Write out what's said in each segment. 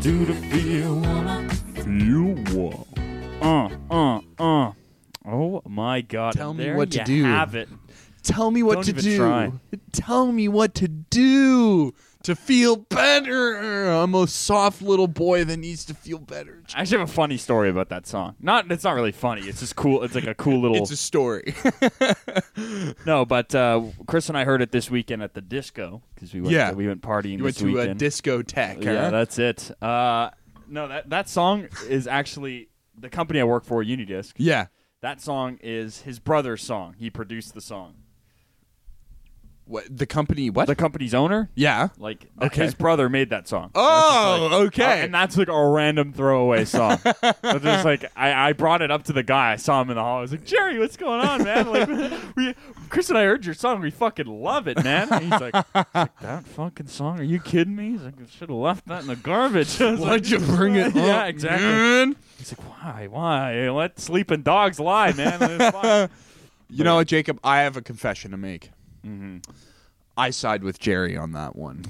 do to be a woman? You will. Uh, uh, uh. Oh my God! Tell and me there what to you do. Have it. Tell me what Don't to even do. try. Tell me what to do to feel better. I'm a soft little boy that needs to feel better. I actually have a funny story about that song. Not, it's not really funny. It's just cool. It's like a cool little. It's a story. no, but uh, Chris and I heard it this weekend at the disco because we went. Yeah. we went partying. you went this to a weekend. discotheque. Yeah, huh? that's it. Uh, no, that that song is actually the company I work for, Unidisc. yeah. That song is his brother's song. He produced the song. What the company? What? The company's owner, yeah. like th- Okay. his brother, made that song. Oh, okay. Uh, and that's like a random throwaway song. so just like I, I brought it up to the guy. I saw him in the hall. I was like, Jerry, what's going on, man? Like we Chris and I heard your song. We fucking love it, man. And he's like, he's like, that fucking song? Are you kidding me? He's like, I should have left that in the garbage. I was Why'd like, you bring it? Yeah, up, exactly. man? He's like, why, why? Let sleeping dogs lie, man. You know what, Jacob? I have a confession to make. mm-hmm. I side with Jerry on that one.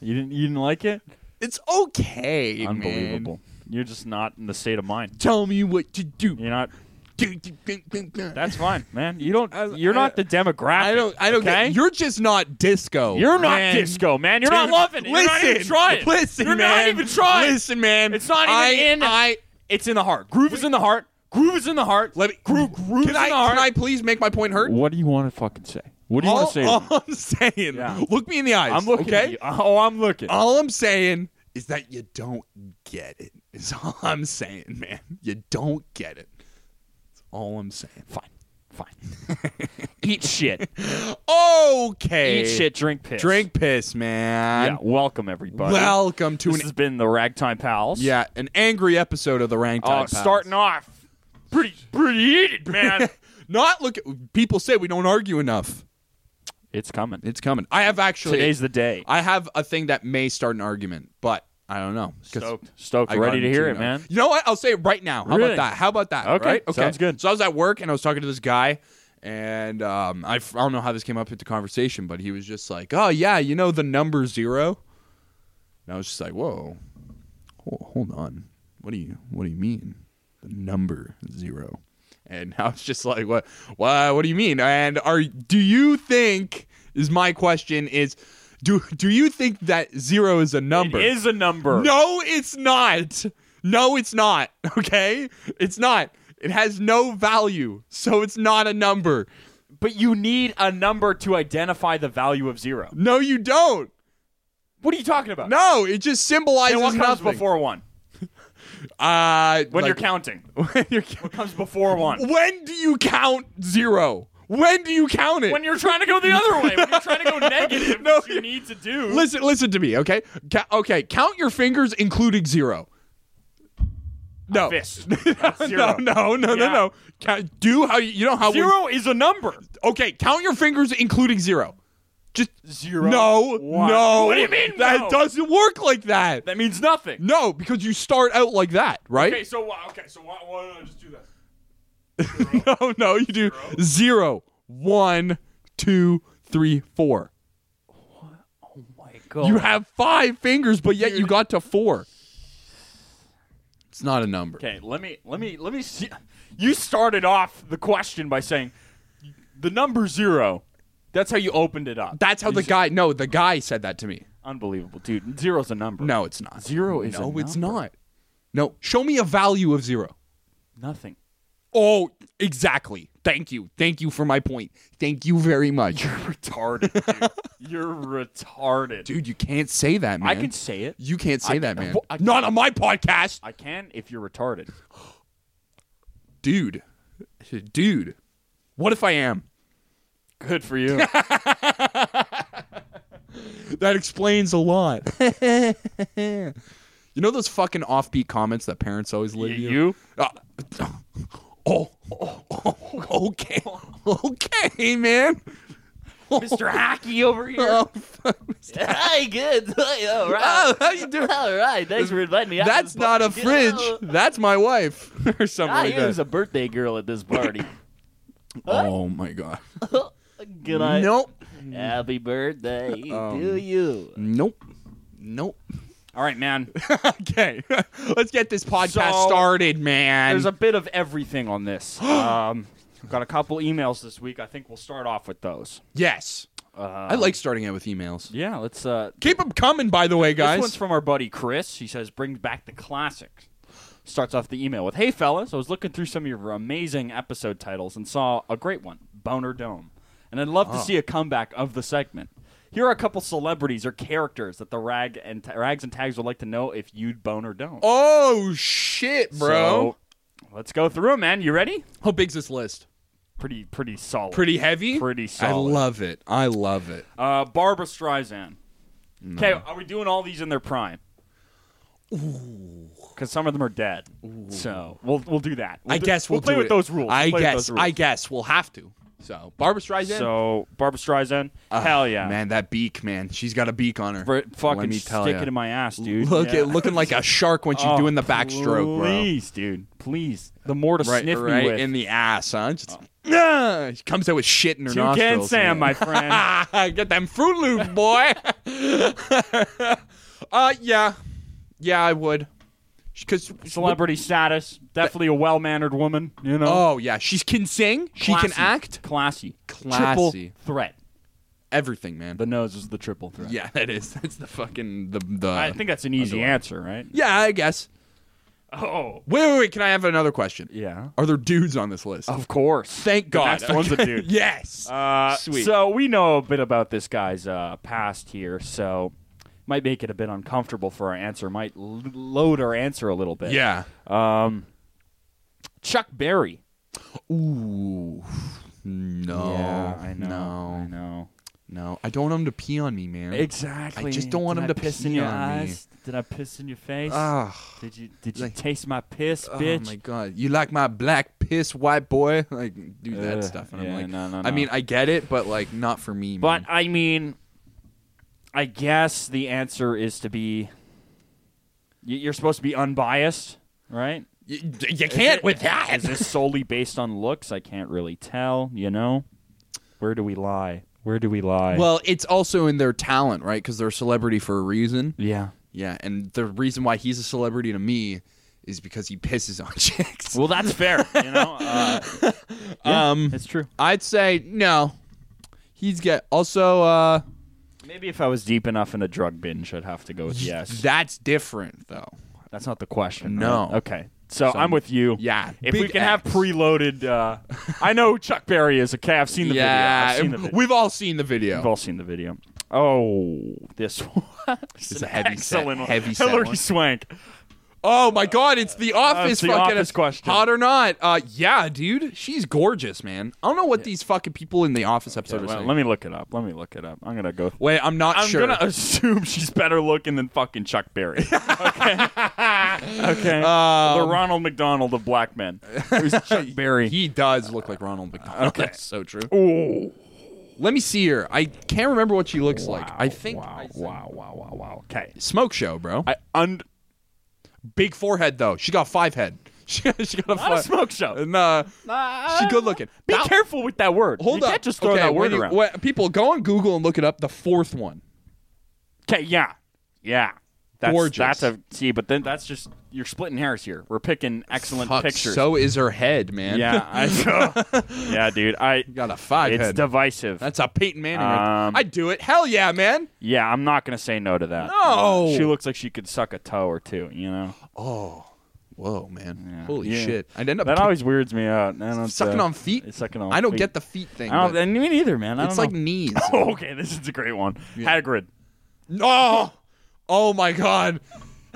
You didn't, you didn't like it? It's okay. man. Unbelievable. You're just not in the state of mind. Tell me what to do. You're not. That's That's fine, man. You don't. I- You're not the demographic. I don't. I don't okay? get. You're just not disco. You're not man. disco, man. You're not Dude, loving it. Listen, you're not even trying. Listen, you're man. not even trying. Listen, man. It's not even I, in- I It's in the heart. Groove is in the heart. Groove is in the heart. let me. Groove. Groove's in Can I? the heart. Can I please make my point heard? What do you want to fucking say? What do you all, want to say? all I'm saying. Yeah. Look me in the eyes. I'm looking. Okay. At you. Oh, I'm looking. All I'm saying is that you don't get it. Is all I'm saying, man. You don't get it. That's all I'm saying. fine. Fine. Eat shit. Okay. Eat shit. Drink piss. Drink piss, man. Yeah, welcome everybody. Welcome to this an has been the Ragtime Pals. yeah an angry episode of the Rank uh, Time. starting off pretty pretty heated, man. Not look. People say we don't argue enough. it's coming. It's coming. I have actually. Today's the day. I have a thing that may start an argument, but I don't know. 'cause Stoked, stoked, I ready got to hear it, into man. You know what? I'll say it right now. How Really? about that? How about that? Okay, right? sounds good. So I was at work and I was talking to this guy, and um, I, f- I don't know how this came up into conversation, but he was just like, "Oh yeah, you know the number zero? And I was just like, "Whoa, Ho- hold on, what do you what do you mean the number zero? And I was just like, "What? Why? What do you mean? And are do you think is my question is." Do, do you think that zero is a number? It is a number. No, it's not. No, it's not. Okay? It's not. It has no value. So it's not a number. but you need a number to identify the value of zero. No, you don't. What are you talking about? No, it just symbolizes And what comes nothing. before one? uh When like- you're counting, when you're what comes before one? When do you count 0? When do you count it? When you're trying to go the other way, when you're trying to go negative, No, which you you- need to do. listen listen to me, okay? Ca- okay, count your fingers including 0. No. Fist. no, Zero. no, Yeah. no, no, no. Ca- Do how you, you know how we- Zero is a number. Okay, count your fingers including 0. Just Zero. No, one. no. What do you mean? That no? doesn't work like that. That means nothing. No, because you start out like that, right? Okay, so why? Okay, so why, why don't I just do this? No, no, you do zero, one, two, three, four. Oh my god! You have five fingers, but yet you Dude. got to four. It's not a number. okay. Let me let me let me see. You started off the question by saying the number zero. That's how you opened it up. That's how the You s- guy. No, the guy said that to me. unbelievable, dude. Zero's a number. No, it's not. Zero is a no, it's number. not. No, show me a value of zero. nothing. Oh, exactly. Thank you. Thank you for my point. Thank you very much. Retarded. Dude. You're retarded. Dude, you can't say that, man. I can say it. You can't say I- that, man. Well, I- Not on my podcast, I can if you're retarded. dude. Dude, what if I am? Good for you. That explains a lot. you know those fucking offbeat comments that parents always you, leave you. you. Uh, oh, oh, oh, okay, okay, man. Mr. Hockey over here. Oh, fuck. Hi, good. All Oh, how you doing? All right. Thanks for inviting me. That's not a fridge. That's my wife, or something I like was that. a birthday girl at this party. oh my god. Good night. Nope. Happy birthday Um, to you. Nope. Nope. All right, man. okay, let's get this podcast So- started, man. There's a bit of everything on this. Um, got a couple emails this week. I think we'll start off with those. yes, Uh, I like starting out with emails. Yeah, let's. Uh, Keep them coming, by the way, This guys. one's from our buddy Chris. He says, "Bring back the classics." Starts off the email with, "Hey fellas, I was looking through some of your amazing episode titles and saw a great one, Boner Dome, and I'd love to see a comeback of the segment. Here are a couple celebrities or characters that the rag and rags and tags would like to know if you'd Boner Dome, Oh shit, bro! So, let's go through 'em, man. You ready? How big's this list? Pretty, pretty solid. Pretty heavy. Pretty I solid. love it. I love it. Uh, Barbara Streisand. Mm-hmm. Okay, are we doing all these in their prime? Because some of them are dead. So we'll we'll do that. We'll I do- guess we'll we'll, play do with it. those rules. I We'll play with guess. those rules. I guess we'll have to. So Barbara Streisand. So Barbara Streisand. Ah, hell yeah, man, that beak, man. She's got a beak on her. Br- fucking Let me tell stick ya. it in my ass, dude. Look Yeah. at looking like a shark when she's Oh, doing the backstroke, bro. Please, dude. Please. The more to Right, sniff right me with. in the ass, huh? Just, Ah, she comes out with shit in her Toucan nostrils. Sam, my man. friend. Get them Fruit Loops, boy. uh, yeah, yeah, I would, because Celebrity status. Definitely a well mannered woman. You know. Oh yeah, she can sing, she can Classy. act, Classy. Classy. Triple threat. everything, man. The nose is the triple threat. yeah, that is. That's the fucking the the. I think that's an easy Underline. answer, right? yeah, I guess. Oh, Wait, wait, wait. Can I have another question? yeah. Are there dudes on this list? Of course. Thank God. The next one's a Okay. dude. yes. Uh, Sweet. So we know a bit about this guy's uh, past here, so might make it a bit uncomfortable for our answer. Might l- load our answer a little bit. yeah. Um, Chuck Berry. Ooh. No. yeah, I know. Oh, No. I know. No. I don't want him to pee on me, man. Exactly. I just don't want Did him I to piss in pee your on me. eyes. Did I piss in your face? Ugh. did you Did you like- taste my piss, Ah, Oh, bitch? my god. You like my black piss white boy? Like do that Ugh, stuff and yeah, I'm like no, no, I no. mean, I get it, but like not for me, But man. I mean, I guess the answer is to be. y- You're supposed to be unbiased, right? You, you can't with that. Is this solely based on looks? I can't really tell. You know, where do we lie? Where do we lie? Well, it's also in their talent, right? Because they're a celebrity for a reason. yeah. Yeah, and the reason why he's a celebrity to me is because he pisses on chicks. Well, that's fair. You know, uh, yeah, Um, it's true. I'd say no. He's get also. uh Maybe if I was deep enough in a drug binge, I'd have to go with yes. That's different, though. That's not the question. No. right? Okay. So, So- I'm with you. Yeah. If we big can have X. preloaded, uh, I know Chuck Berry is okay. I've seen the video. yeah, I've seen the video. we've all seen the video. We've all seen the video. Oh, this one. It's a heavy set- excellent one. heavy set Hillary one. Swank. oh my God! It's the office. the fucking Office question. Hot or not? Uh, yeah, dude. She's gorgeous, man. I don't know what these fucking people in the office episode are Well, saying. let me look it up. Let me look it up. I'm gonna go. Wait, I'm not I'm sure. gonna assume she's better looking than fucking Chuck Berry. okay. okay. the Um, Ronald McDonald of black men. Who's Chuck Berry? He does look like Ronald McDonald. Okay. That's so true. Ooh. Let me see her. I can't remember what she looks like. Wow, I think Wow. I said- Wow. Wow. Wow. Wow. Okay. smoke show, bro. I und. Big forehead though. She got five head. She, she got a Not a five. smoke show. and, uh, She's she's good looking. Be That- careful with that word. Hold you up. Can't just throw okay, that word when you- around. when- people go on Google and look it up. The fourth one. Okay, yeah, yeah. That's, Gorgeous. That's a see, but then that's just you're splitting hairs here. We're picking excellent Fuck, pictures. So is her head, man. yeah, I, yeah, dude. I got a five it's head. divisive. That's a Peyton Manning. Um, I do it. Hell yeah, man. yeah, I'm not gonna say no to that. No. she looks like she could suck a toe or two. You know, Oh, whoa, man. Yeah. Holy Yeah. shit. I'd end up that always weirds me out. I don't, Uh, sucking uh, on feet. it's Sucking on. I don't feet. get the feet thing. I don't. but And me neither, man. I it's don't like knees. know. Oh! okay, this is a great one. Hagrid. Oh, oh my God.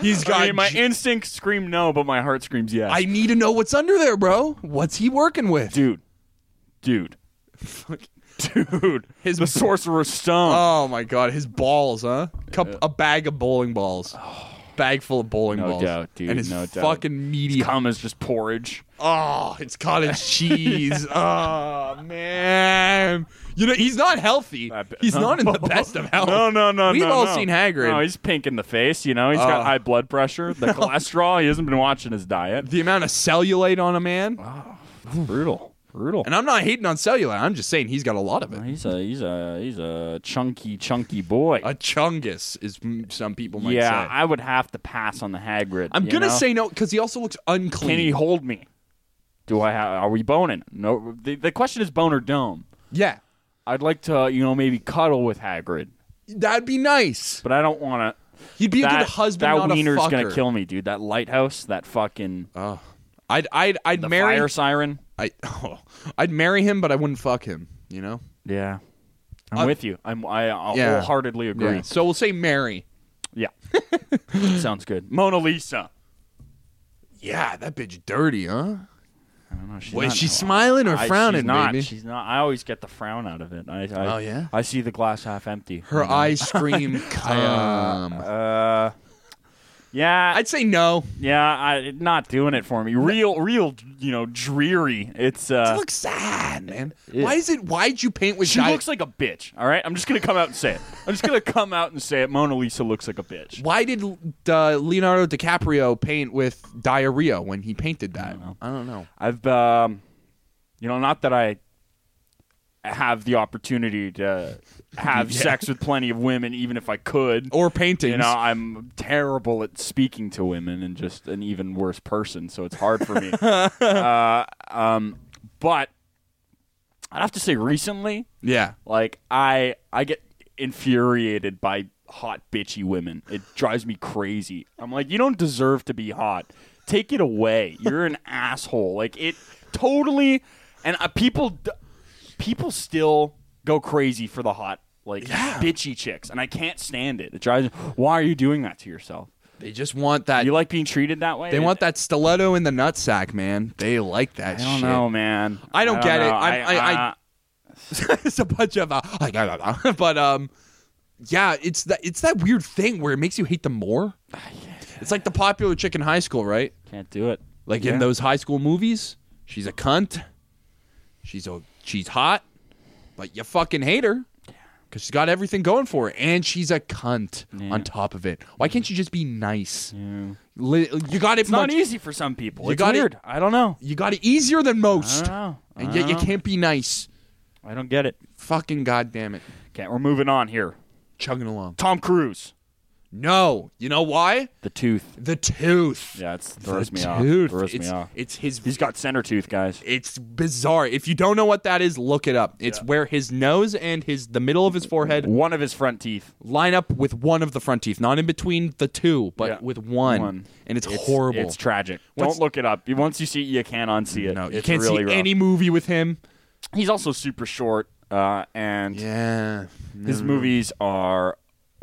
He's got. I I, mean, my instincts scream no, but my heart screams yes. I need to know what's under there, bro. What's he working with? dude, dude, dude. His- the Sorcerer's Stone. Oh my God, his balls, huh? Cup, A bag of bowling balls. Bag full of bowling No balls. doubt, dude, And his no doubt. fucking meaty. cum is just porridge. oh, it's cottage cheese. oh man, you know he's not healthy. I bet- He's no. not in the best of health. No, no, no. We've no, all no. seen Hagrid. No, he's pink in the face. You know, he's got Oh. high blood pressure, the cholesterol. He hasn't been watching his diet. The amount of cellulite on a man. Brutal. Brutal. And I'm not hating on Cellulite. I'm just saying he's got a lot of it. He's a he's a he's a chunky chunky boy. A chungus is m- some people might yeah, say. I would have to pass on the Hagrid. I'm you gonna know? say no because he also looks unclean. Can he hold me? Do I have? Are we boning? No. The, the question is bone or dome. yeah, I'd like to, you know, maybe cuddle with Hagrid, that'd be nice. but I don't want to. He'd be a That good husband. that not wiener's a fucker. gonna kill me, dude. That lighthouse, that fucking Oh, I'd I'd I'd the marry fire siren. I oh, I'd marry him, but I wouldn't fuck him. You know. Yeah, I'm Uh, with you. I'm I I'll yeah. wholeheartedly agree. So we'll say marry. Yeah, sounds good. Mona Lisa. Yeah, that bitch dirty, huh? I don't know. She's Wait, not, is she smiling or I- frowning, She's not. baby? She's not. I always get the frown out of it. I, I, Oh, yeah? I see the glass half empty. Her eyes scream Um, cum. uh, yeah, I'd say no. yeah, I, not doing it for me. Real, real, you know, dreary. It's uh, It looks sad, man. Yeah. Why is it? Why'd you paint with? she di- looks like a bitch. All right, I'm just gonna come out and say it. I'm just gonna come out and say it. Mona Lisa looks like a bitch. Why did uh, Leonardo DiCaprio paint with diarrhea when he painted that? I don't know. know. I've, um, you know, not that I have the opportunity to have Yeah. sex with plenty of women, even if I could. Or paintings. You know, I'm terrible at speaking to women and just an even worse person, so it's hard for me. uh, um, but I'd have to say, recently, yeah. like I I get infuriated by hot bitchy women. It drives me crazy. I'm like, you don't deserve to be hot. Take it away. You're an asshole. Like it totally. And uh, people d- people still go crazy for the hot like bitchy chicks, and I can't stand it. It drives. Why are you doing that to yourself? They just want that. You like being treated that way? they want that stiletto in the nutsack, man. They like that I don't shit. know, man. I don't get know. it. I'm- I- I- it's a bunch of uh, like, blah, blah, blah. but um yeah it's that it's that weird thing where it makes you hate them more it's like the popular chick in high school right can't do it. like Yeah. in those high school movies she's a cunt she's a she's hot but you fucking hate her because she's got everything going for her and she's a cunt Yeah. on top of it why can't you just be nice Yeah. Li- you got it It's not much- easy for some people. You it's got it- weird. I don't know. you got it easier than most I don't know. I and yet you don't know. can't be nice I don't get it. fucking goddamn it Okay, we're moving on here. chugging along Tom Cruise, no you know why the tooth. The tooth. Yeah, it throws The me tooth. off. Throws it's, me off. It's his. He's got center tooth, guys. It's bizarre. If you don't know what that is, look it up. It's where his nose and his the middle of his forehead One of his front teeth. line up with one of the front teeth, not in between the two, but Yeah. with one. One. And it's, horrible. It's tragic. Once- Don't look it up. You- Once you see it, you can't unsee it. no, you it's can't really see rough. any movie with him. He's also super short, uh, and Yeah. his movies are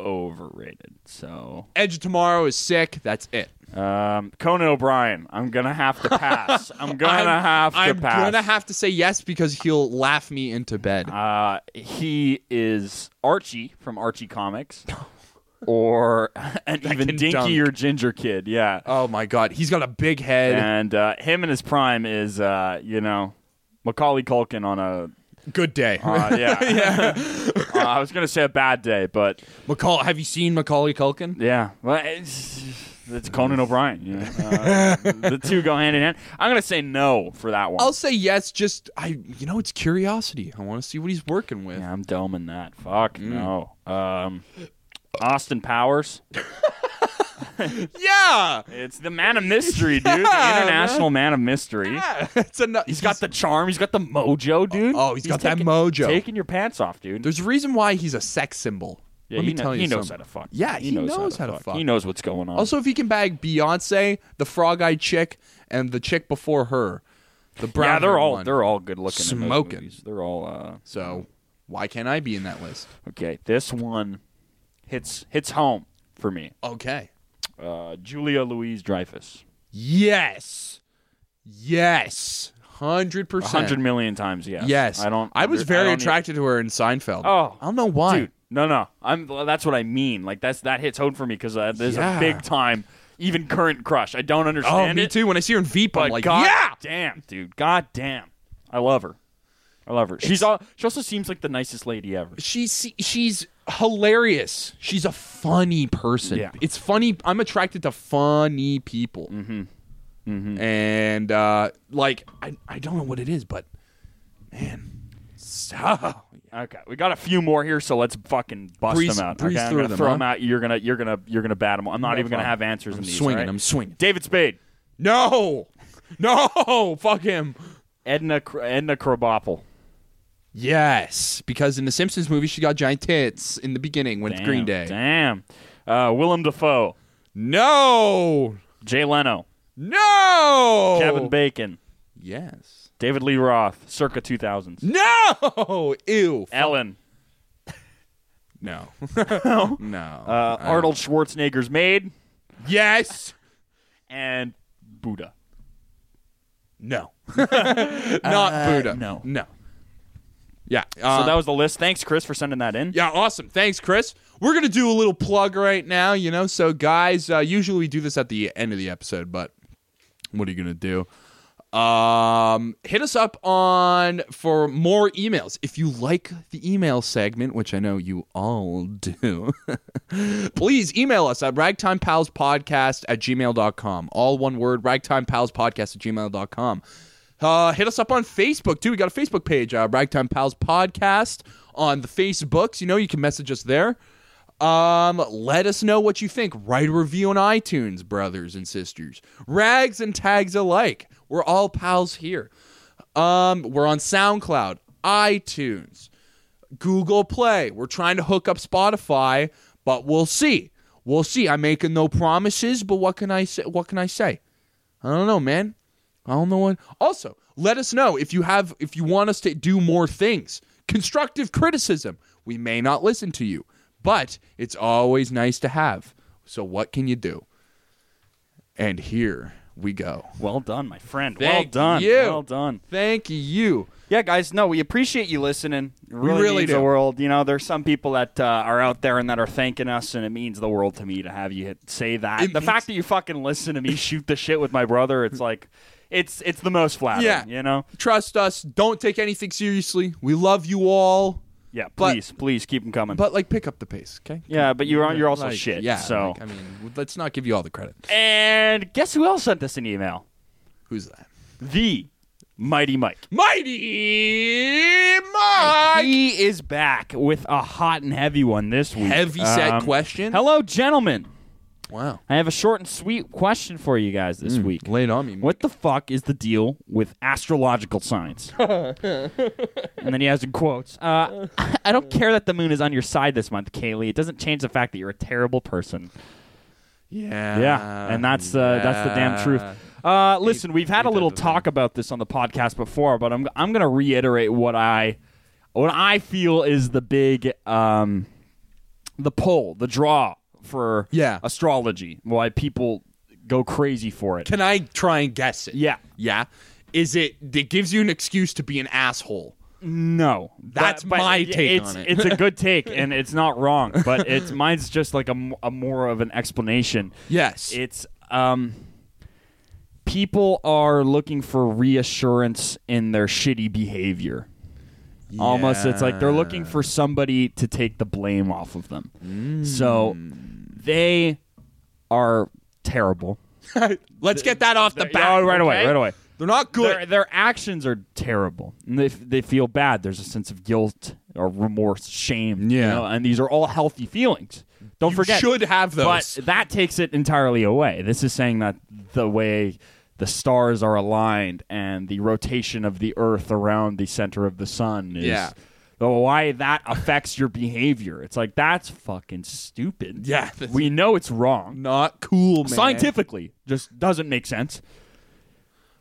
overrated. So, Edge of Tomorrow is sick. That's it. um, Conan O'Brien, I'm gonna have to pass. I'm gonna I'm, have to I'm pass. gonna have to say yes because he'll laugh me into bed. Uh, he is Archie from Archie Comics, or an even can dinkier ginger kid. Yeah, oh my god, he's got a big head. and uh, him in his prime is uh, you know Macaulay Culkin on a Good day. uh, yeah. Uh, I was gonna say a bad day, but Macaul, have you seen Macaulay Culkin? yeah, well, it's, it's Conan O'Brien. You know? uh, the two go hand in hand. I'm gonna say no for that one. I'll say yes. Just I, you know, it's curiosity. I want to see what he's working with. yeah, I'm doming that. Fuck no. Um, Austin Powers. Yeah, It's the man of mystery, dude. the Yeah, international man. of mystery. it's enough. He's got the charm. He's got the mojo, dude. Oh, he's got that taking- mojo. Taking your pants off, dude. There's a reason why he's a sex symbol. yeah, Let he me kno- tell you he knows how something. to fuck. Yeah, he knows how to fuck. He knows what's going on. Also, if he can bag Beyonce, the frog-eyed chick, and the chick before her, the brown. yeah, they're all one. they're all good looking. in those Smoking. movies. They're all uh, So why can't I be in that list? okay. This one hits hits home for me. Okay. Uh, Julia Louise Dreyfus, Yes. Yes. Hundred a percent. hundred million times. Yes. Yes. I don't. I was under- very don't e- attracted to her in Seinfeld. Oh. I don't know why. Dude, no, no. I'm. That's what I mean. Like that's that hits home for me because uh, there's a Yeah. big time, even current crush. I don't understand Oh, me it, too. When I see her in Veep, But I'm like, god yeah. damn, dude, god damn. I love her. I love her. She's all, she also seems like the nicest lady ever. She's she's hilarious. She's a funny person. Yeah. It's funny. I'm attracted to funny Mm-hmm. people. And uh, like, I I don't know what it is, but Man. So Okay, we got a few more here, so let's fucking bust Breeze- them out. breeze okay, I'm through gonna them, throw huh? them out. You're gonna, you're gonna, you're gonna bat them. I'm not No even gonna problem. have answers I'm in these. swinging. alright? I'm swinging. David Spade, No, no, fuck him. Edna, Kr- Edna Krabappel. Yes, because in the Simpsons movie, she got giant tits in the beginning when it's Green Day. Damn. Uh, Willem Dafoe, No, Jay Leno, no. Kevin Bacon, Yes. David Lee Roth, circa 2000s. No. Ew. Ellen, No. no. uh, Arnold Schwarzenegger's maid, Yes. and Buddha. No. Not Buddha. Uh, no. No. Yeah. So um, that was the list. Thanks, Chris, for sending that in. Yeah, awesome. Thanks, Chris. We're going to do a little plug right now, you know. So, guys, uh, usually we do this at the end of the episode, but what are you going to do? Um, hit us up on for more emails. If you like the email segment, which I know you all do, please email us at ragtimepalspodcast at gmail.com. All one word, ragtimepalspodcast at gmail.com. Uh, hit us up on Facebook too. We got a Facebook page, uh, Ragtime Pals Podcast on the Facebooks. You know, you can message us there. Um, let us know what you think. Write a review on iTunes, brothers and sisters, rags and tags alike. We're all pals here. Um, we're on SoundCloud, iTunes, Google Play. We're trying to hook up Spotify, but we'll see. We'll see. I'm making no promises, but what can I say? What can I say? I don't know, man. I don't know what. Also, let us know if you have if you want us to do more things. Constructive criticism. We may not listen to you, but it's always nice to have. So what can you do? And here we go. Well done, my friend. Thank well done. you. Well done. Thank you. Yeah, guys, no, we appreciate you listening. It really, really means do. the world. You know, there's some people that uh, are out there and that are thanking us, and it means the world to me to have you hit, say that. It the means- fact that you fucking listen to me shoot the shit with my brother, it's like, it's it's the most flattering. Yeah. you know. Trust us. Don't take anything seriously. We love you all, Yeah, But- please, please keep them coming. but like pick up the pace, okay? yeah, but you're you're also Like, shit. Yeah. So, like, I mean, let's not give you all the credit. and guess who else sent us an email? Who's that? The Mighty Mike. Mighty Mike. He is back with a hot and heavy one this week. Heavy set Um, question. Hello, gentlemen. Wow. I have a short and sweet question for you guys this Mm. week. Laid on me. man. What the fuck is the deal with astrological signs? and then he has in quotes. Uh, I don't care that the moon is on your side this month, Kaylee. It doesn't change the fact that you're a terrible person. Yeah. yeah, and that's uh, that's the damn truth. yeah. Uh, listen, we've had a ain't little that the talk about this on the podcast before, but I'm I'm gonna reiterate what I what I feel is the big um, the pull, the draw for Yeah. astrology, why people go crazy for it. Can I try and guess it? yeah, Yeah. Is it it gives you an excuse to be an asshole? No, That's But- but my take it's, on it. It's a good take, and it's not wrong. But it's mine's just like a, m- a more of an explanation. Yes. It's um, people are looking for reassurance in their shitty behavior. Almost, it's like they're looking for somebody to take the blame off of them. So Mm. they are terrible. Let's get that off the They're- bat oh, right away, okay? right away. They're not good. Their, their actions are terrible. And they, f- they feel bad. There's a sense of guilt or remorse, shame. you Yeah. know, and these are all healthy feelings. Don't you forget. should have those. But that takes it entirely away. This is saying that the way the stars are aligned and the rotation of the Earth around the center of the sun is. Yeah. Oh, why that affects your behavior? It's like that's fucking stupid. Yeah, that's- we know it's wrong not cool, man. scientifically just doesn't make sense.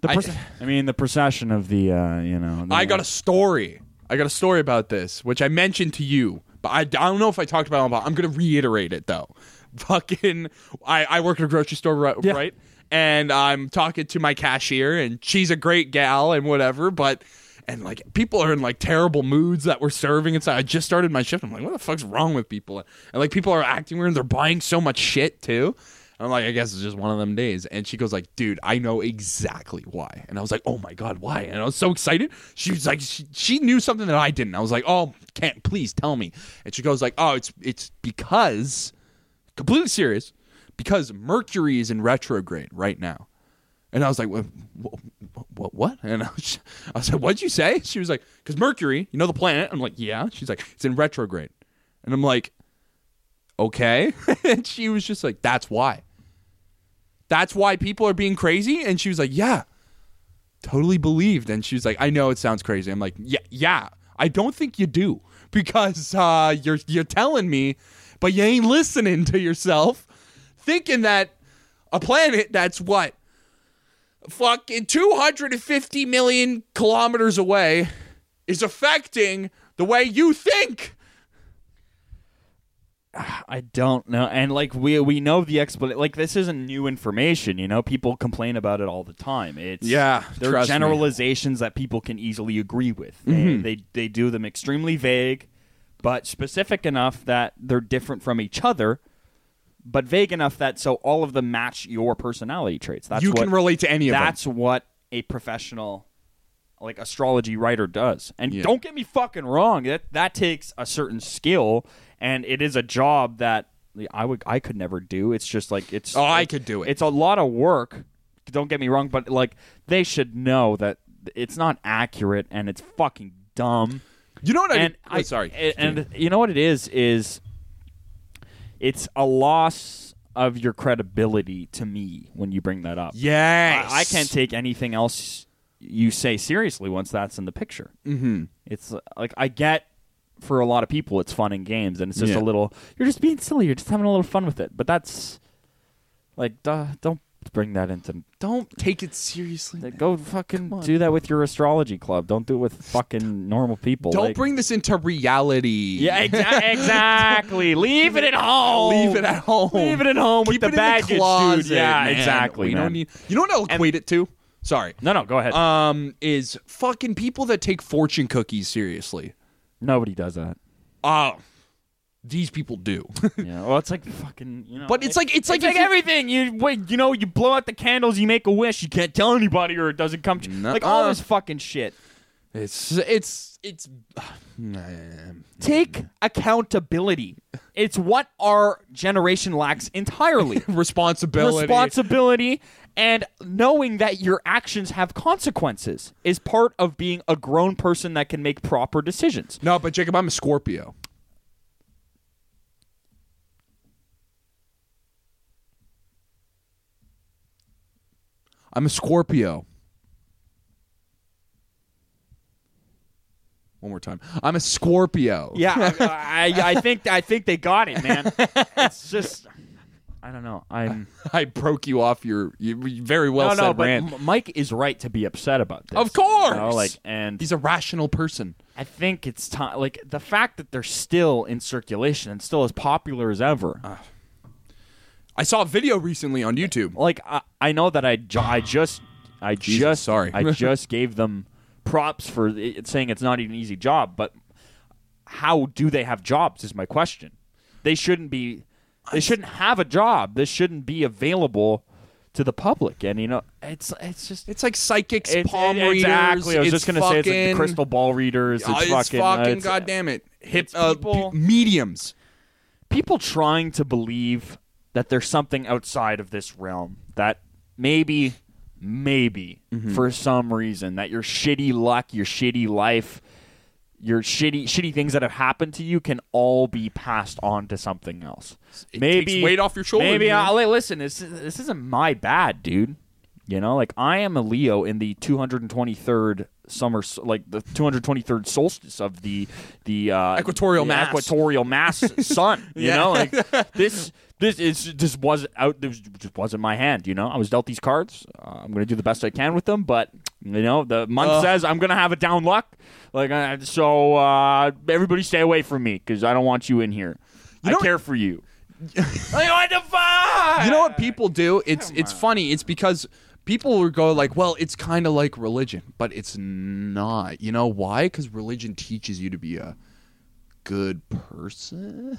The I- proce- I, mean, the procession of the uh, you know. the- I got a story. I got a story about this, which I mentioned to you, but I, I don't know if I talked about it. on pod- I'm going to reiterate it though. Fucking, I, I work at a grocery store, right? Yeah. right? And I'm talking to my cashier, and she's a great gal and whatever, but. And like people are in like terrible moods that we're serving. It's I just started my shift. I'm like, what the fuck's wrong with people? And like people are acting weird. and They're buying so much shit too. And I'm like, I guess it's just one of them days. And she goes like, dude, I know exactly why. And I was like, oh my god, why? And I was so excited. She was like, she, she knew something that I didn't. I was like, oh, can't please tell me. And she goes like, oh, it's it's because completely serious because Mercury is in retrograde right now. And I was like, what, what, what? And I was, I said, what'd you say? She was like, because Mercury, you know the planet. I'm like, yeah. She's like, it's in retrograde. And I'm like, okay. and she was just like, that's why. That's why people are being crazy. And she was like, yeah, totally believed. And she was like, I know it sounds crazy. I'm like, yeah, yeah. I don't think you do because uh, you're you're telling me, but you ain't listening to yourself, thinking that a planet that's what fucking 250 million kilometers away is affecting the way you think. I don't know. And like we we know the explanation. Like this isn't new information. You know, people complain about it all the time. It's There are Yeah, trust me. Mm-hmm. generalizations that people can easily agree with. They, they they do them extremely vague, but specific enough that they're different from each other. But vague enough that so all of them match your personality traits. That's you what, can relate to any of that. That's what a professional like astrology writer does. And Yeah. don't get me fucking wrong, that that takes a certain skill and it is a job that I would I could never do. It's just like it's Oh, I it's- could do it. It's a lot of work. Don't get me wrong, but like they should know that it's not accurate and it's fucking dumb You know what I and oh, sorry. And, and you know what it is is it's a loss of your credibility to me when you bring that up. yes. I, I can't take anything else you say seriously once that's in the picture. Mm-hmm. It's like I get for a lot of people it's fun and games, and it's just Yeah. a little. You're just being silly. You're just having a little fun with it. But that's like, duh, don't bring that into. Don't take it seriously. man. Go fucking on. do that with your astrology club. Don't do it with fucking normal people. Don't Like- bring this into reality. Yeah, exa- exactly. Leave it at home. Leave it at home. Leave it at home with Keep the it in baggage, the closet, dude. Yeah, man. exactly. We man. don't need. You know what I'll equate it to? Sorry. no, no. Go ahead. Um, is fucking people that take fortune cookies seriously. Nobody does that. Oh, these people do. Yeah. Well, it's like fucking. You know. but it's like it's like, if you- everything. You wait. You know. You blow out the candles. You make a wish. You can't tell anybody, or it doesn't come. Tr- Nuh-uh. Like all this fucking shit. it's it's it's. Man. Take accountability. It's what our generation lacks entirely. Responsibility. responsibility and knowing that your actions have consequences is part of being a grown person that can make proper decisions. no, but Jacob, I'm a Scorpio. I'm a Scorpio. One more time. I'm a Scorpio. Yeah, I, I, I think I think they got it, man. It's just I don't know. I'm I broke you off your you, you very well no, said no, but rant. M- Mike is right to be upset about this. Of course! you know, like and He's a rational person. I think it's time. Like the fact that they're still in circulation and still as popular as ever. Uh. I saw a video recently on YouTube. like I, I know that I, ju- I just I Jesus, just sorry. I just gave them props for it, saying it's not an easy job, but how do they have jobs is my question. They shouldn't be they shouldn't have a job. This shouldn't be available to the public. And you know, it's it's just It's like psychics, it's- palm it- readers. Exactly. I was just going gonna to say it's like the crystal ball readers. It's, It's, fucking, uh, fucking it's- goddamn it. Hip it's uh, people- pe- mediums. people trying to believe that there's something outside of this realm that maybe maybe Mm-hmm. for some reason that your shitty luck your shitty life your shitty shitty things that have happened to you can all be passed on to something else It maybe takes weight off your shoulders, maybe man. I'll, like, listen this, this isn't my bad dude you know like i am a leo in the 223rd summer s- like the 223rd solstice of the the uh Equatorial the mass. equator- equatorial mass sun. You Yeah. know, like this. This is just wasn't out. This just wasn't my hand. You know, I was dealt these cards. Uh, I'm gonna do the best I can with them, but you know, the month Ugh. says I'm gonna have a down luck. Like, uh, so uh, everybody stay away from me because I don't want you in here. I know- care for you. like, what the fuck? You know what people do? It's it's funny. It's because people will go like, "Well, it's kind of like religion, but it's not." You know why? Because religion teaches you to be a good person.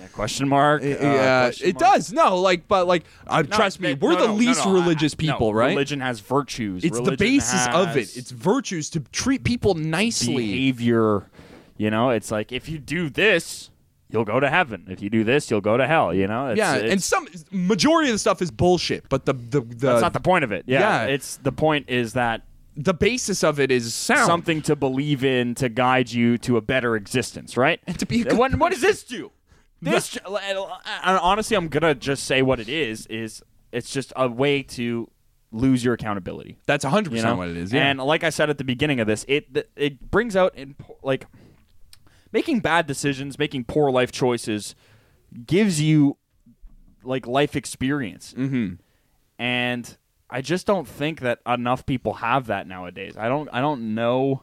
Yeah, question mark. uh, yeah, question it mark. does. No, like, but like, uh, No, trust me, they- we're no, the no, no, least no, I- religious no, people, right? Religion has virtues. It's the Religion basis of has- it. It's virtues to treat people nicely. behavior. You know, it's like if you do this, you'll go to heaven. If you do this, you'll go to hell. You know. It's, yeah, it's, and some majority of the stuff is bullshit, but the the the, that's not the point of it. uh, yeah. yeah, it's the point is that the basis of it is sound. something to believe in to guide you to a better existence, right? to be a good what, what does this do? This ju- and honestly, I'm gonna just say what it is. Is it's just a way to lose your accountability. That's 100% You know what it is. Yeah. And like I said at the beginning of this, it th- it brings out impo- like making bad decisions, making poor life choices, gives you like life experience. Mm-hmm. And I just don't think that enough people have that nowadays. I don't. I don't know.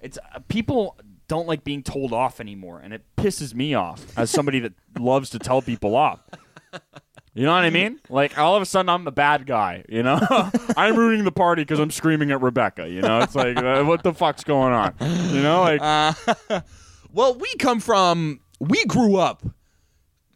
It's uh, people don't like being told off anymore, and it pisses me off as somebody that loves to tell people off. You know what I Mm-hmm. mean? Like all of a sudden, I'm the bad guy. You know, I'm ruining the party because I'm screaming at Rebecca. You know, it's like uh, what the fuck's going on? You know, like Uh, well, we come from we grew up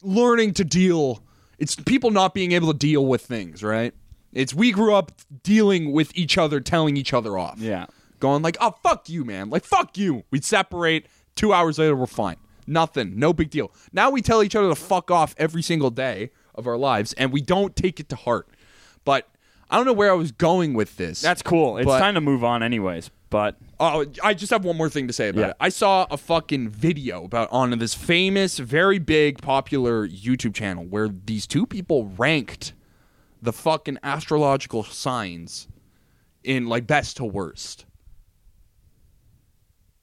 learning to deal it's people not being able to deal with things, right? It's we grew up dealing with each other, telling each other off. Yeah. Going like, "Oh, fuck you, man." Like, "Fuck you." We'd separate. 2 hours later, we're fine. Nothing. No big deal. Now we tell each other to fuck off every single day of our lives and we don't take it to heart. But I don't know where I was going with this. that's cool. It's But- time to move on, anyways. But Oh, I just have one more thing to say about Yeah. it. I saw a fucking video about on this famous, very big, popular YouTube channel where these two people ranked the fucking astrological signs in like best to worst.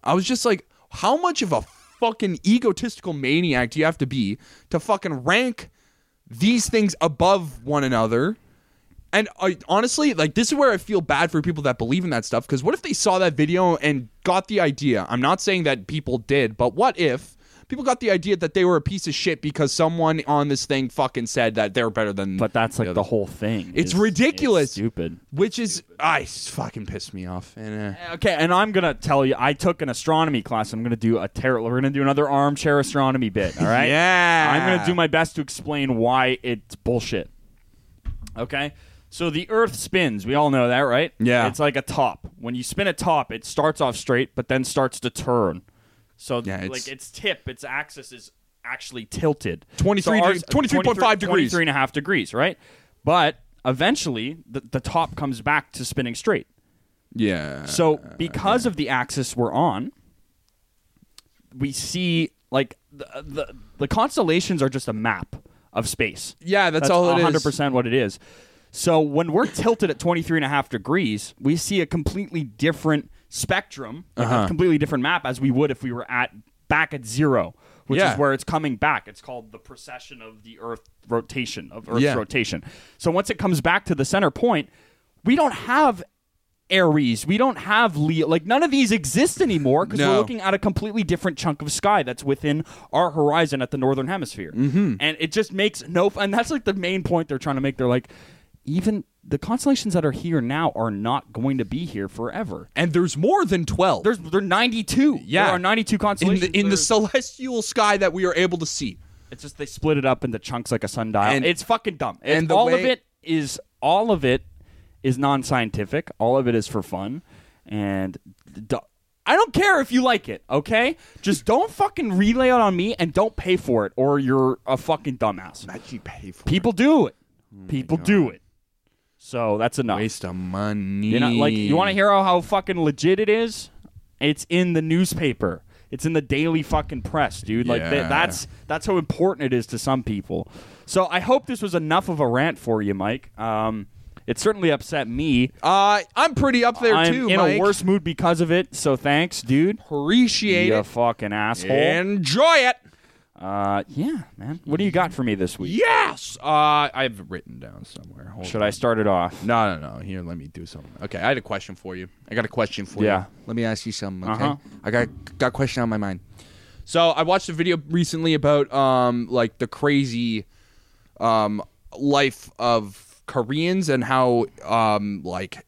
I was just like, how much of a fucking egotistical maniac do you have to be to fucking rank these things above one another? And I, honestly, like this is where I feel bad for people that believe in that stuff. Because what if they saw that video and got the idea? I'm not saying that people did, but what if people got the idea that they were a piece of shit because someone on this thing fucking said that they're better than? but that's like the, whole thing. It's is- ridiculous. stupid. which is, I it's fucking pissed me off. And uh, Okay, and I'm gonna tell you, I took an astronomy class. I'm gonna do a tarot. We're gonna do another armchair astronomy bit. All right. Yeah. I'm gonna do my best to explain why it's bullshit. Okay. So the Earth spins. We all know that, right? Yeah. It's like a top. When you spin a top, it starts off straight, but then starts to turn. So Yeah, it's- like its tip, its axis is actually tilted. 23 So de- 23.5 degrees. 23 and a half degrees, right? But eventually, the, the top comes back to spinning straight. yeah. So because of the axis we're on, we see like the, the the constellations are just a map of space. Yeah, that's all it is. 100% what it is. So when we're tilted at 23 and a half degrees, we see a completely different spectrum, like Uh-huh. a completely different map as we would if we were at back at 0, which Yeah. is where it's coming back. It's called the precession of the earth rotation of earth's Yeah. rotation. So once it comes back to the center point, we don't have Aries. We don't have Leo. Like none of these exist anymore because No. we're looking at a completely different chunk of sky that's within our horizon at the northern hemisphere. Mm-hmm. And it just makes no. And that's like the main point they're trying to make. They're like, even the constellations that are here now are not going to be here forever. and there's more than 12. There's there are 92. Yeah. there are 92 in constellations the, in the There's- celestial sky that we are able to see. It's just they split it up into chunks like a sundial. And- And it's fucking dumb. It's- and the all of way- it is all of it is non-scientific. All of it is for fun, and d- I don't care if you like it. Okay, just don't fucking relay it on me and don't pay for it, or you're a fucking dumbass. Actually, pay for People do it. People do it. So that's enough. Oh waste of money. You know, like you want to hear how, how fucking legit it is? It's in the newspaper. It's in the daily fucking press, dude. Like Yeah. th- that's that's how important it is to some people. So I hope this was enough of a rant for you, Mike. Um, it certainly upset me. Uh, I'm pretty up there I'm too. in Mike. a worse mood because of it. So thanks, dude. Appreciate You it. fucking asshole. Enjoy it. uh, yeah, man. What do you got for me this week? Yes. Uh, I've it written down somewhere. Hold Should I start it off? No, no, no. Here, let me do something. Okay, I had a question for you. I got a question for Yeah. you. Let me ask you something. Okay, Uh-huh. I got got a question on my mind. So I watched a video recently about um like the crazy um life of Koreans and how um like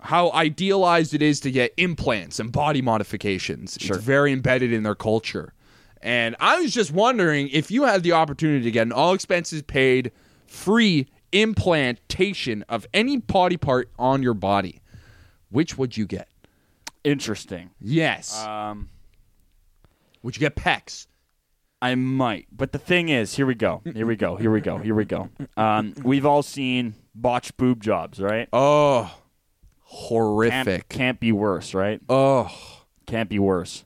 how idealized it is to get implants and body modifications. It's very embedded in their culture. And I was just wondering if you had the opportunity to get an all expenses paid free implantation of any body part on your body, which would you get? Interesting. Yes. Um, would you get pecs? I might. But the thing is, here we go. Here we go. Here we go. Here we go. Um, we've all seen botched boob jobs, right? Oh, Can't, horrific. can't be worse, right? Oh, Can't be worse.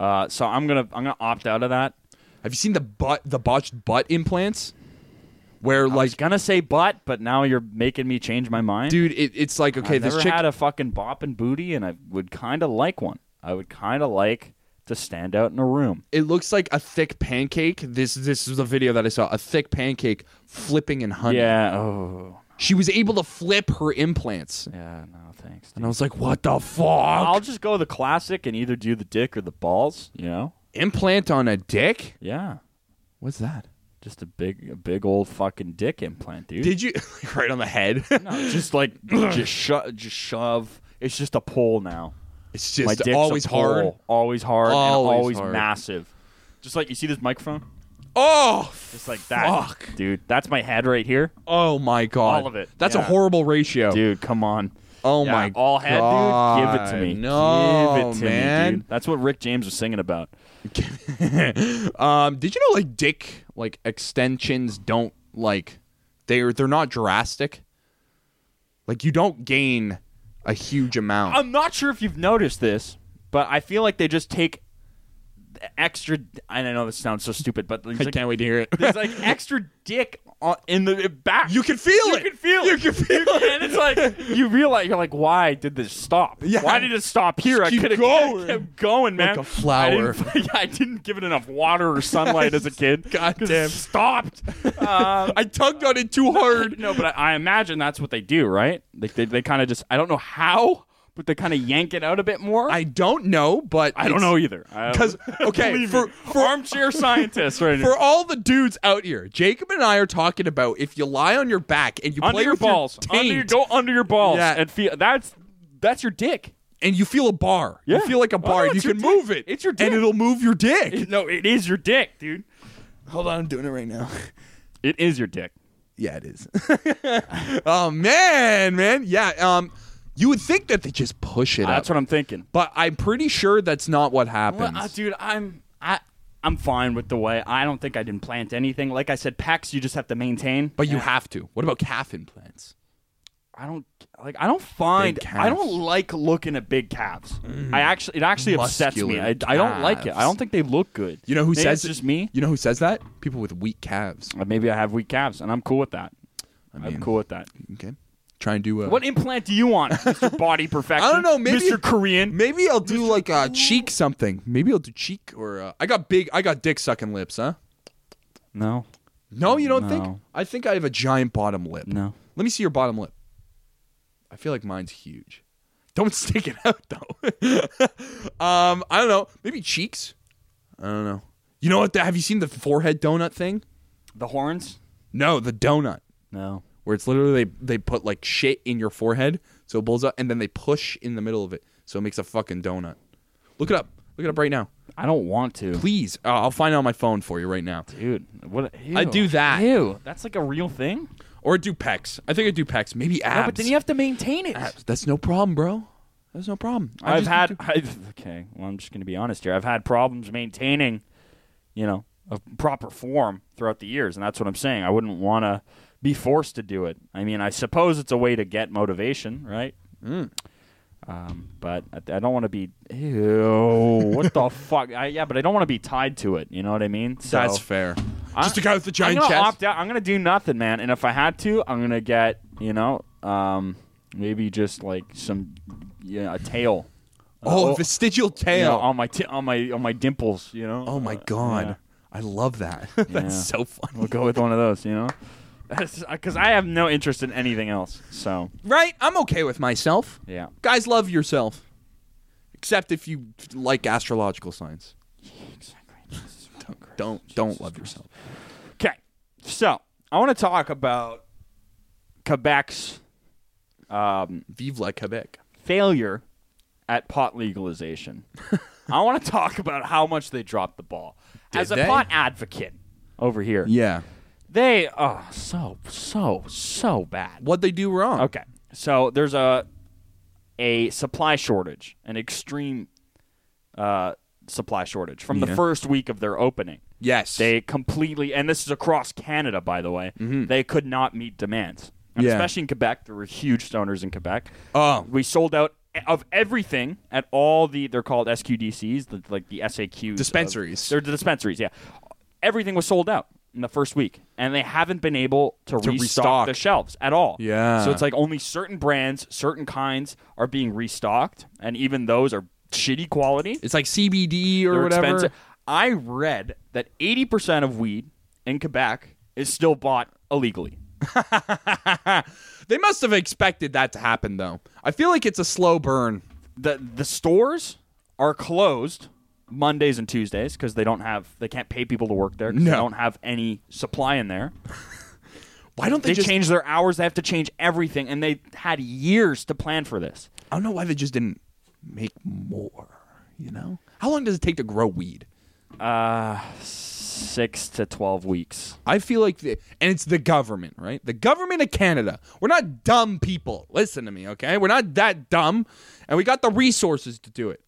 Uh, so I'm gonna I'm gonna opt out of that. have you seen the butt the botched butt implants? Where I was like, gonna say butt, but now you're making me change my mind. dude, it, it's like okay, I've this never chick had a fucking bopping booty, and I would kind of like one. I would kind of like to stand out in a room. it looks like a thick pancake. This this is the video that I saw. A thick pancake flipping in honey. Yeah. Oh. She was able to flip her implants. Yeah. No. Thanks. And I was like, what the fuck? I'll just go the classic and either do the dick or the balls. You know? Implant on a dick? Yeah. What's that? Just a big, a big old fucking dick implant, dude. Did you right on the head? no, just like just sho- just shove. It's just a pole now. It's My just dick's always a pole, hard. always hard, Always and always hard. massive. Just like you see this microphone, Oh, just like that, Fuck. dude. That's my head right here, oh my god! All of it, That's a yeah. horrible ratio. dude. Come on. Oh Yeah, my all head, god! dude. Give it to me. No, give it to man. me, dude. That's what Rick James was singing about. um, did you know like dick like extensions don't like they're they're not drastic. Like you don't gain a huge amount. I'm not sure if you've noticed this, but I feel like they just take extra. I don't know this sounds so stupid, but there's like, wait to hear it. there's like extra dick on, in the back. you can feel it. You can feel You it. can feel it. and it's like you realize you're like, why did this stop? Yeah. Why did it stop here? I keep could have going. kept going, man. Like a flower. I didn't, I didn't give it enough water or sunlight as a kid. God 'cause damn. It stopped. Um, I tugged on it too hard. no, but I, I imagine that's what they do, right? Like they, they kind of just I don't know how, but they kind of yank it out a bit more. I don't know, but I don't it's- know either. I- 'Cause, okay, Believe for- me. for- armchair scientists, right? For all the dudes out here, Jacob and I are talking about if you lie on your back and you under play your with balls, your under your, taint go under your balls, Yeah. and feel that's that's your dick. and you feel a bar, Yeah. you feel like a Oh, bar, and you it's can your dick. move it. It's your dick. and it'll move your dick. No, it is your dick, dude. Hold on, I'm doing it right now. It is your dick. Yeah, it is. oh man, man, yeah. Um, you would think that they just push it Ah, That's up, what I'm thinking. but I'm pretty sure that's not what happens. Well, uh, dude, I'm I I'm fine with the way. I don't think I'd implant anything. Like I said, pecs you just have to maintain. but you have to. What about calf implants? I don't like. I don't find. Big calves. I don't like looking at big calves. I actually, it actually upsets me. Mm. Muscular I, I don't like it. I calves. don't think they look good. You know who Maybe says it's just me? You know who says that? People with weak calves. Or Maybe I have weak calves, and I'm cool with that. I am mean- cool with that. Okay, try and do a What implant do you want, Mr. Body Perfection? I don't know, maybe- Mr. Korean. Maybe I'll do like a cheek something. Maybe I'll do cheek or uh, I got big. I got dick sucking lips, huh? No, No, you don't think? No. I think I have a giant bottom lip. no. Let me see your bottom lip. I feel like mine's huge. Don't stick it out though. um, I don't know. Maybe cheeks. I don't know. You know what? The, have you seen the forehead donut thing? The horns? No, the donut No. where it's literally they, they put like shit in your forehead so it blows up, and then they push in the middle of it so it makes a fucking donut. Look it up. Look it up right now. I don't want to, Please, uh, I'll find it on my phone for you right now. dude. What? Ew. I do that. Ew. That's like a real thing. Or do pecs. I think I do pecs. Maybe abs. No, but then you have to maintain it. abs. That's no problem, bro. That's no problem. I I've just had. do- I've, okay, well, I'm just going to be honest here. I've had problems maintaining, you know, a proper form throughout the years, and that's what I'm saying. I wouldn't want to be forced to do it. I mean, I suppose it's a way to get motivation, right? Mm. Um, but I, I don't want to be. Ew! What the fuck? I, yeah, but I don't want to be tied to it. You know what I mean? So That's fair. I- just a guy with a giant I'm gonna chest. opt out. I'm gonna do nothing, man. And if I had to, I'm gonna get you know, um, maybe just like some, you know, a tail. oh, Oh, vestigial you tail. know, on my t- on my on my dimples, you know. oh my Uh, god, yeah. I love that. Yeah. That's so funny. We'll go with one of those, you know. Because I have no interest in anything else. So Right? I'm okay with myself. yeah, Guys, love yourself, except if you like astrological signs. Don't don't love yourself. Okay, so I want to talk about Quebec's um, Vive la Quebec. failure at pot legalization. I want to talk about how much they dropped the ball. Did As a they? pot advocate over here, Yeah. they are so so so bad. What they do wrong? Okay. So there's a a supply shortage, an extreme uh, supply shortage from Yeah. the first week of their opening. Yes. They completely, and this is across Canada, by the way, they could not meet demands. And Mm-hmm. Yeah. Especially in Quebec, there were huge stoners in Quebec. Oh. We sold out of everything at all the, they're called SQDCs, the, like the SAQs. of- Dispensaries. they're the dispensaries, yeah. Everything was sold out in the first week, and they haven't been able to, To restock, restock. the shelves at all. Yeah. So it's like only certain brands, certain kinds are being restocked, and even those are shitty quality It's like CBD or they're whatever. expensive. I read that 80% of weed in Quebec is still bought illegally. They must have expected that to happen, though. I feel like it's a slow burn. The the stores are closed Mondays and Tuesdays because they don't have they can't pay people to work there 'cause No. they don't have any supply in there. Why don't They, they, just? change their hours, they have to change everything and they had years to plan for this. I don't know why they just didn't make more. You know, how long does it take to grow weed? Uh 6 to 12 weeks. I feel like, the, and it's the government, right? The government of Canada. We're not dumb people. Listen to me, okay? We're not that dumb, and we got the resources to do it.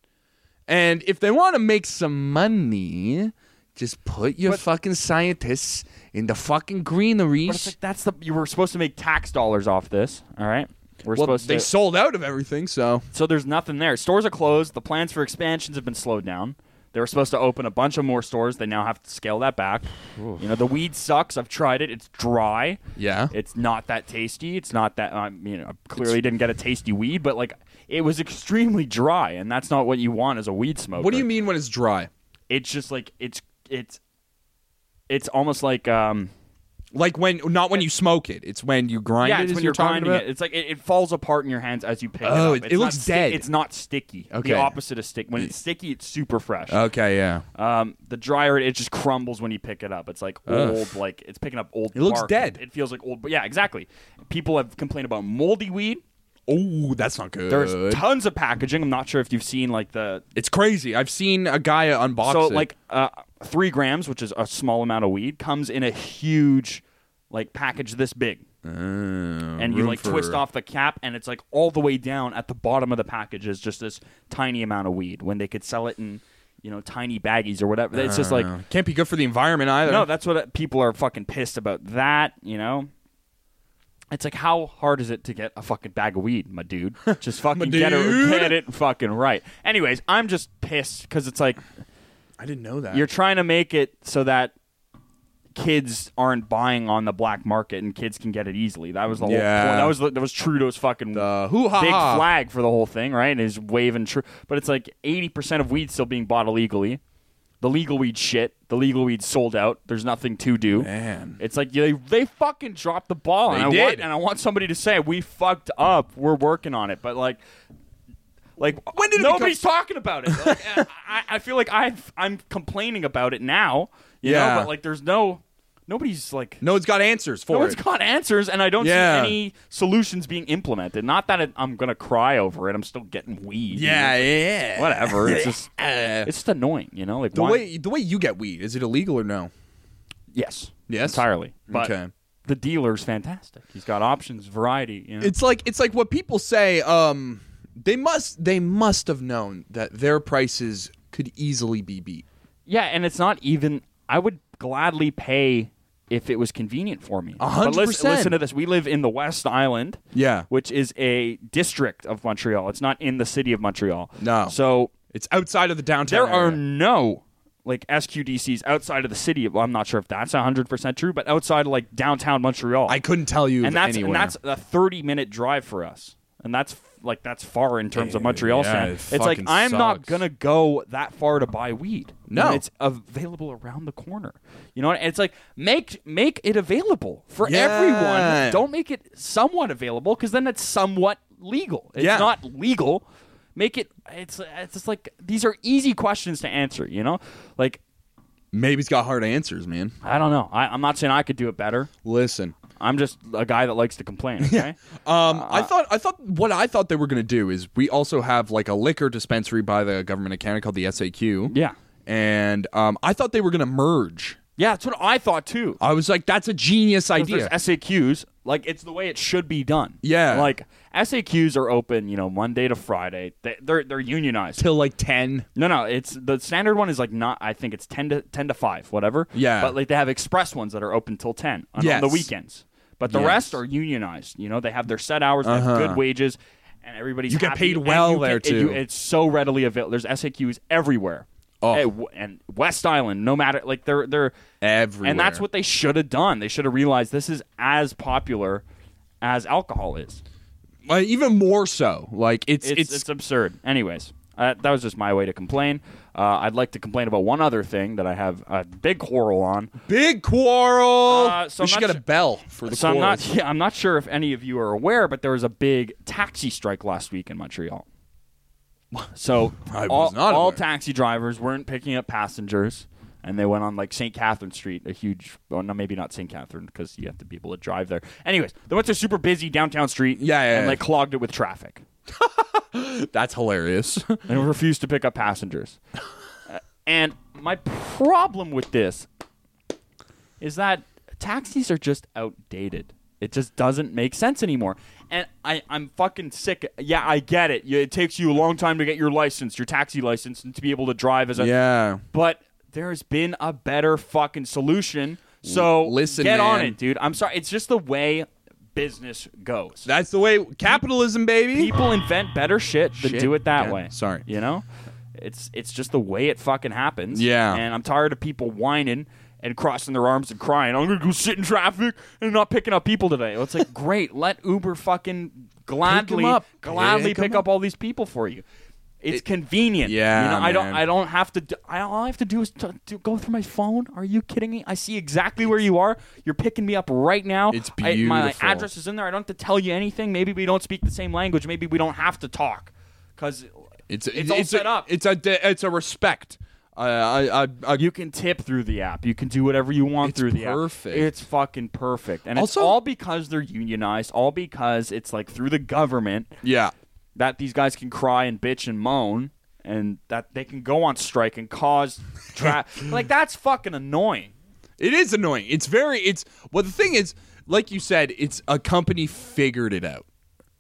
And if they want to make some money, just put your fucking scientists in the fucking But it's greeneries. like that's the you were supposed to make tax dollars off this, all right? We're Well, supposed they to sold out of everything, so So there's nothing there. Stores are closed. The plans for expansions have been slowed down. They were supposed to open a bunch of more stores. They now have to scale that back. You know, the weed sucks. I've tried it. It's dry. yeah. It's not that tasty. It's not that I mean, I clearly didn't get a tasty weed, but like it was extremely dry, and that's not what you want as a weed smoker. What do you mean when it's dry? It's just like it's it's it's almost like um Like when not when you smoke it, it's when you grind yeah, it. it's is when you're you're talking grinding about? it. It's like it, it falls apart in your hands as you pick it Oh, up. it- It's it not looks sti- dead. It's not sticky. Okay. Oh. The opposite of stick. When it's sticky, it's super fresh. Okay, yeah. Um, the dryer, it just crumbles when you pick it up. It's like Ugh. old, like it's picking up old. It looks bark. dead. It feels like old. Yeah, exactly. People have complained about moldy weed. Oh, that's not good. There's tons of packaging. I'm not sure if you've seen like the it's crazy. I've seen a guy unbox so it. like uh, three grams, which is a small amount of weed, comes in a huge like package this big, Oh, and you like twist off the cap, and it's like all the way down at the bottom of the package is just this tiny amount of weed. When they could sell it in you know tiny baggies or whatever, it's just like. uh, can't be good for the environment either. No, that's what uh, people are fucking pissed about. That you know, it's like how hard is it to get a fucking bag of weed, my dude? Just fucking get dude. it, get it fucking right. Anyways, I'm just pissed because it's like I didn't know that. you're trying to make it so that kids aren't buying on the black market and kids can get it easily. That was the whole Yeah. point. That was the- that was Trudeau's fucking the hoo ha. big flag for the whole thing, right? And is waving true, but it's like eighty percent of weed still being bought illegally. The legal weed shit. The legal weed sold out. There's nothing to do. Man. It's like they they fucking dropped the ball, and They I did. want and I want somebody to say we fucked up. We're working on it, but like. Like When did it nobody's talking about it? Like, I, I- I feel like I I'm complaining about it now, you Yeah. know. But like, there's no nobody's like No, it's got answers for no one's it. got answers, and I don't Yeah. see any solutions being implemented. Not that it, I'm gonna cry over it. I'm still getting weed. yeah, you yeah. know? whatever. It's just Uh, it's just annoying, you know. Like the why- way the way you get weed is it illegal or no? yes, Yes? entirely. But Okay. the dealer's fantastic. He's got options, variety. You know? It's like it's like what people say. Um, they must they must have known that their prices could easily be beat. yeah, and it's not even. I would gladly pay if it was convenient for me. hundred But listen, percent. listen to this. We live in the West Island. Yeah. Which is a district of Montreal. It's not in the city of Montreal. No. So It's outside of the downtown. There are area. no like SQDCs outside of the city. Well, I'm not sure if that's 100% true, but outside of like downtown Montreal. I couldn't tell you. of and that's anywhere. and that's a 30 minute drive for us. And that's like that's far in terms of Montreal Eh, yeah, standard. it It's like fucking I'm not sucks. going to go that far to buy weed. No. And it's available around the corner. You know, and it's like make make it available for Yeah. everyone. Don't make it somewhat available cuz then it's somewhat legal. It's Yeah. not legal. Make it it's it's just like these are easy questions to answer, you know? Like maybe it's got hard answers, man. I don't know. I, I'm not saying I could do it better. Listen, I'm just a guy that likes to complain. Okay? um, Uh, I thought I thought what I thought they were gonna do is we also have like a liquor dispensary by the government of Canada called the SAQ. Yeah. and um, I thought they were gonna merge. Yeah, that's what I thought too. I was like, that's a genius There's idea. SAQs, Like it's the way it should be done. Yeah. Like SAQs are open, you know, Monday to Friday. They, they're they're unionized. till like ten. No, no, it's the standard one is like not. I think it's ten to ten to five, whatever. Yeah. But like they have express ones that are open till ten on, on the Yes. weekends. But the Yes. Uh-huh. rest are unionized. You know, they have their set hours, they have good wages, and everybody's You get happy, paid and well you there, get- and you- too. it's so readily available. There's SAQs everywhere. Oh. Eh, w- And West Island, no matter like they're they're Everywhere. and that's what they should have done. They should have realized this is as popular as alcohol is. Uh, even more so. Like it's It's, it's, absurd. Anyways, uh, that was just my way to complain. Uh, I'd like to complain about one other thing that I have a big quarrel on. big quarrel. Uh, so we I'm should not get a su- bell for the So I'm quarrels. not, yeah, I'm not sure if any of you are aware, but there was a big taxi strike last week in Montreal. So I all, was not all aware. taxi drivers weren't picking up passengers, and they went on like St. Catherine Street, a huge, well, no, maybe not St. Catherine because you have to be able to drive there. Anyways, they went to a super busy downtown street, Yeah, yeah, and yeah. like clogged it with traffic. That's hilarious. and refused to pick up passengers. Uh, and my problem with this is that taxis are just outdated. It just doesn't make sense anymore. And I, I'm fucking sick. Yeah, I get it. You- It takes you a long time to get your license, your taxi license, and to be able to drive as a. yeah. But there's been a better fucking solution. So listen, get on man. it, dude. I'm sorry. It's just the way business goes. That's the way capitalism, baby. People invent better shit than Shit. do it that Yeah, way. sorry. You know? It's it's just the way it fucking happens. Yeah. And I'm tired of people whining and crossing their arms and crying, I'm gonna go sit in traffic and not picking up people today. Well, it's like great, let Uber fucking gladly up. gladly Pick pick 'em up all these people for you. It's convenient. Yeah, You know, I don't man. I don't have to do, I all I have to do is to, to go through my phone. Are you kidding me? I see exactly where you are. You're picking me up right now. It's I- my beautiful. address is in there. I don't have to tell you anything. Maybe we don't speak the same language. Maybe we don't have to talk because It's it's, all set a, up. It's a de- it's a respect. Uh, I, I, I, you can tip through the app. You can do whatever you want It's through the perfect. app. It's fucking perfect. And Also- it's all because they're unionized, all because it's like through the government yeah. that these guys can cry and bitch and moan and that they can go on strike and cause tra- like that's fucking annoying. It is annoying. It's very. It's well. The thing is, like you said, it's a company figured it out.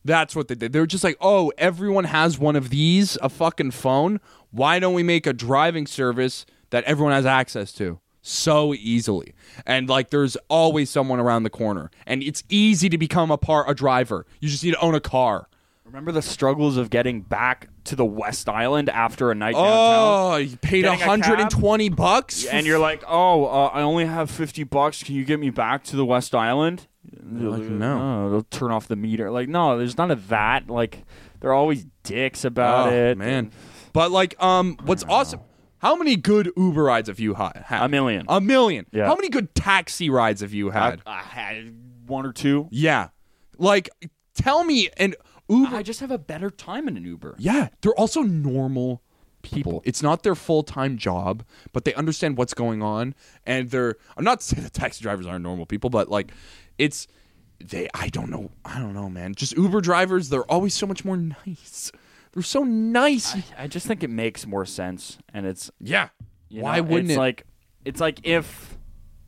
That's what they did. They're just like, oh, everyone has one of these, a fucking phone. Why don't we make a driving service that everyone has access to so easily? And like, there's always someone around the corner, and it's easy to become a part a driver. You just need to own a car. Remember the struggles of getting back to the West Island after a night downtown? Oh, you paid Getting a cab? 120 bucks, and you're like, oh, uh, I only have 50 bucks. Can you get me back to the West Island? "Oh, like, "No." they'll turn off the meter. Like, no, there's none of that. Like, they're always dicks about Oh, it. man. But like, um, what's awesome? How many good Uber rides have you hi- had? A million. A million. Yeah. How many good taxi rides have you I, had? I had one or two. yeah. Like, tell me an Uber. I just have a better time in an Uber. yeah, they're also normal people. People. It's not their full time job, but they understand what's going on, and they're. I'm not saying that taxi drivers aren't normal people, but like, it's they. I don't know. I don't know, man. Just Uber drivers. They're always so much more nice. They're so nice. I just think it makes more sense, and it's yeah. You Why know, wouldn't it's it? Like it's like if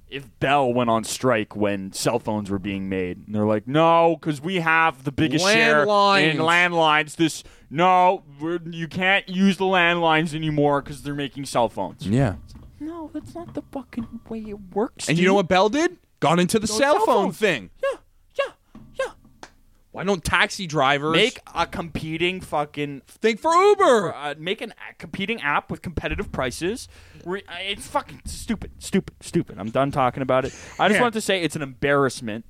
if Bell went on strike when cell phones were being made, and they're like, no, because we have the biggest share in Landlines. landlines. This no, we're, you can't use the landlines anymore because they're making cell phones. yeah. No, that's not the fucking way it works. And you know what Bell did? Got into the Those cell cell phone phones. thing. Yeah, yeah, yeah. Why don't taxi drivers Make a competing fucking think for Uber? uh, make an a competing app with competitive prices. Re- uh, it's fucking stupid, stupid, stupid. I'm done talking about it. I just Yeah. wanted to say it's an embarrassment.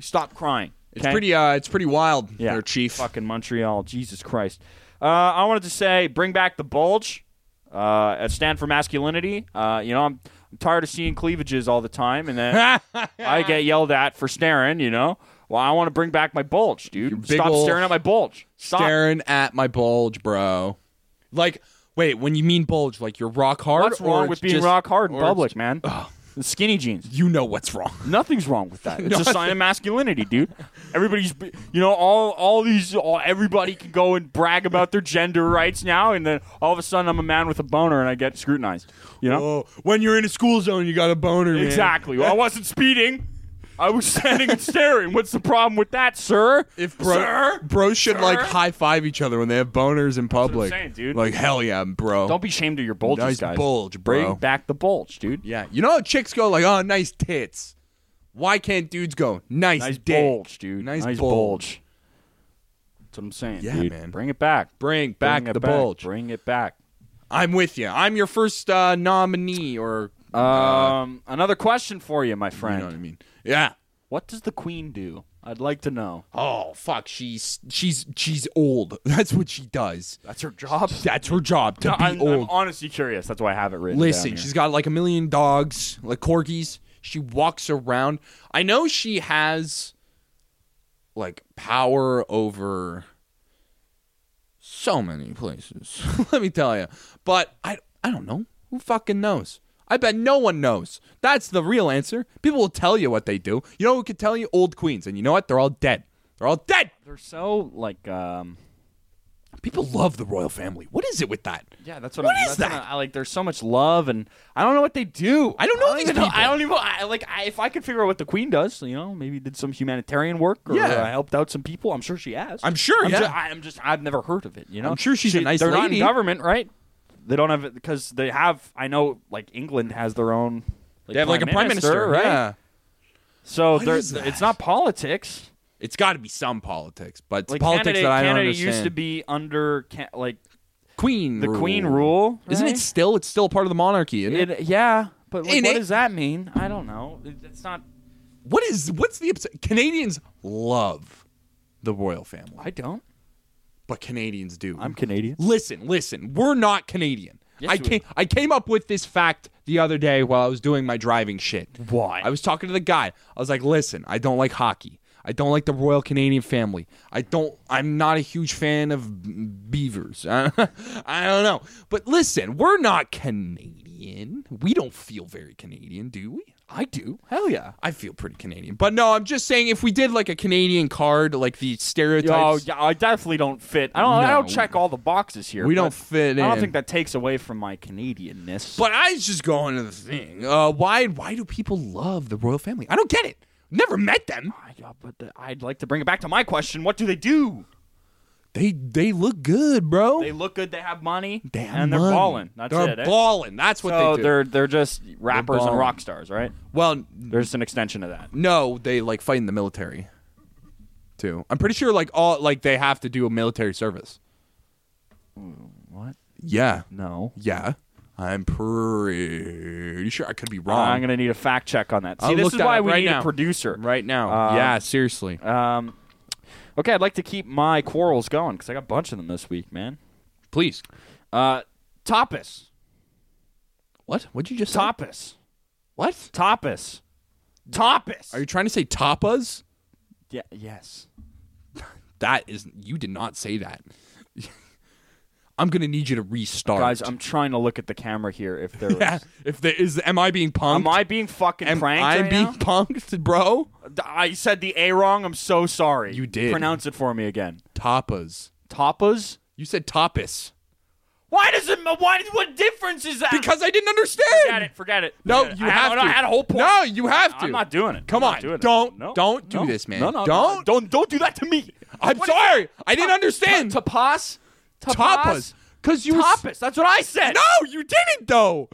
Stop crying. It's okay? pretty. Uh, it's pretty wild. yeah. There, Chief. Fucking Montreal, Jesus Christ. Uh, I wanted to say bring back the bulge. Uh, at stand for masculinity. Uh, you know, I'm, I'm tired of seeing cleavages all the time, and then I get yelled at for staring. You know, well, I want to bring back my bulge, dude. big Stop ol' staring at my bulge. Stop. Staring at my bulge, bro. Like, wait, when you mean bulge, like you're rock hard. What's or wrong it's with being just- rock hard or in it's public, ju- man? Skinny jeans. You know what's wrong. Nothing's wrong with that. It's a sign of masculinity, dude. Everybody's, you know, all all these, all, everybody can go and brag about their gender rights now, and then all of a sudden I'm a man with a boner and I get Oh, scrutinized. You know, when you're in a school zone, you got a boner. exactly. Well, I wasn't speeding. I was standing and staring. What's the problem with that, sir? If bro, Sir? bros should like Sir? high five each other when they have boners in public, saying, dude. like hell yeah, bro. Don't be ashamed of your bulges, nice guys. bulge, Bring bro. back the bulge, dude. Yeah, you know how chicks go like, oh, nice tits. Why can't dudes go nice, Nice dick? bulge, dude. Nice Nice, bulge. bulge. That's what I'm saying, Yeah, dude. man. Bring it back. Bring back Bring it the back. bulge. Bring it back. I'm with you. I'm your first uh, nominee, or Um, another question for you, my friend. you know what I mean? Yeah. What does the queen do? I'd like to know. Oh fuck, she's she's she's old. That's what she does. That's her job. That's her job to be I'm, old. I'm honestly curious. That's why I have it written. Listen, down here. she's got like a million dogs, like corgis. She walks around. I know she has like power over so many places. Let me tell you. But I I don't know. Who fucking knows? I bet no one knows. That's the real answer. People will tell you what they do. You know who could tell you? Old queens. And you know what? They're all dead. They're all dead. they're so like. um People love the royal family. What is it with that? Yeah, that's what, What I'm. is that's that? What I, I like. There's so much love, and I don't know what they do. I don't know these even know- people. I don't even. I, like, I, if I could figure out what the queen does, you know, maybe did some humanitarian work or Yeah. uh, helped out some people. I'm sure she has. I'm sure, I'm yeah. ju- I, am just. I've never heard of it. You know. I'm sure she's a nice They're not lady. in government, right? They don't have it because they have. I know, like England has their own. Like, they have like a prime minister, right? Yeah. So they're- is that? it's not politics. It's got to be some politics, but it's Like politics Canada, that I don't Canada understand. used to be under ca- like queen, the queen rule, isn't it? right? Still, it's still part of the monarchy. Isn't it, It, yeah, but like, In what it- does that mean? I don't know. It, it's not. what is what's the obs- Canadians love the royal family, I don't. but Canadians do. Canadian. listen, listen. We're not Canadian. Yes, I we came I came up with this fact the other day while I was doing my driving shit. Why? I was talking to the guy. I was like, "Listen, I don't like hockey. I don't like the Royal Canadian family. I don't. I'm not a huge fan of beavers. I don't know. But listen, we're not Canadian. We don't feel very Canadian, do we? I do. Hell yeah. I feel pretty Canadian. But no, I'm just saying if we did like a Canadian card, like the Oh stereotypes, yeah, I definitely don't fit. I don't. I don't No. check all the boxes here. we but don't fit in. I don't think that takes away from my Canadianness. But I was just going to the thing. Uh, why? Why do people love the royal family? I don't get it. Never met them. I- yeah, but the- I'd like to bring it back to my question. What do they do? They they look good, bro. They look good. They have money, Damn and they're money. balling. That's they're it. eh? balling. That's what so they do. are they're just rappers and ballin'. rock stars, right? well, They're just an extension of that. no, they like fight in the military. Too. I'm pretty sure like all like they have to do a military service. What? Yeah. No. Yeah. I'm pretty sure. I could be wrong. Uh, I'm gonna need a fact check on that. See, I'll this look is that why up we right need now. a producer. right now. Uh, yeah, seriously. Um, okay, I'd like to keep my quarrels going because I got a bunch of them this week, man. Please. Uh, tapas, What? What'd you just say? tapas, What? tapas, tapas. Are you trying to say tapas? Yeah. Yes. That is you did not say that. I'm gonna need you to restart. Guys, I'm trying to look at the camera here. If there is, yeah, if there is am I being punked? am I being fucking am pranked I right being now? punked, bro? D- I said the A wrong. I'm so sorry. You did. Pronounce it for me again. Tapas. Tapas. You said tapas. Why does it? ma- Why? What difference is that? Because I didn't understand. forget it. Forget it. No, Forget it. you I have had, to. I had a whole point. No, you have to. I'm not doing it. Come I'm not on, doing it. don't- No, don't do no, this, man. No, no, no, Don't. don't, don't do that to me. I'm What is sorry. it? I didn't Ta- understand. ta- Tapas, tapas. Because you were s- tapas. That's what I said. No, you didn't though.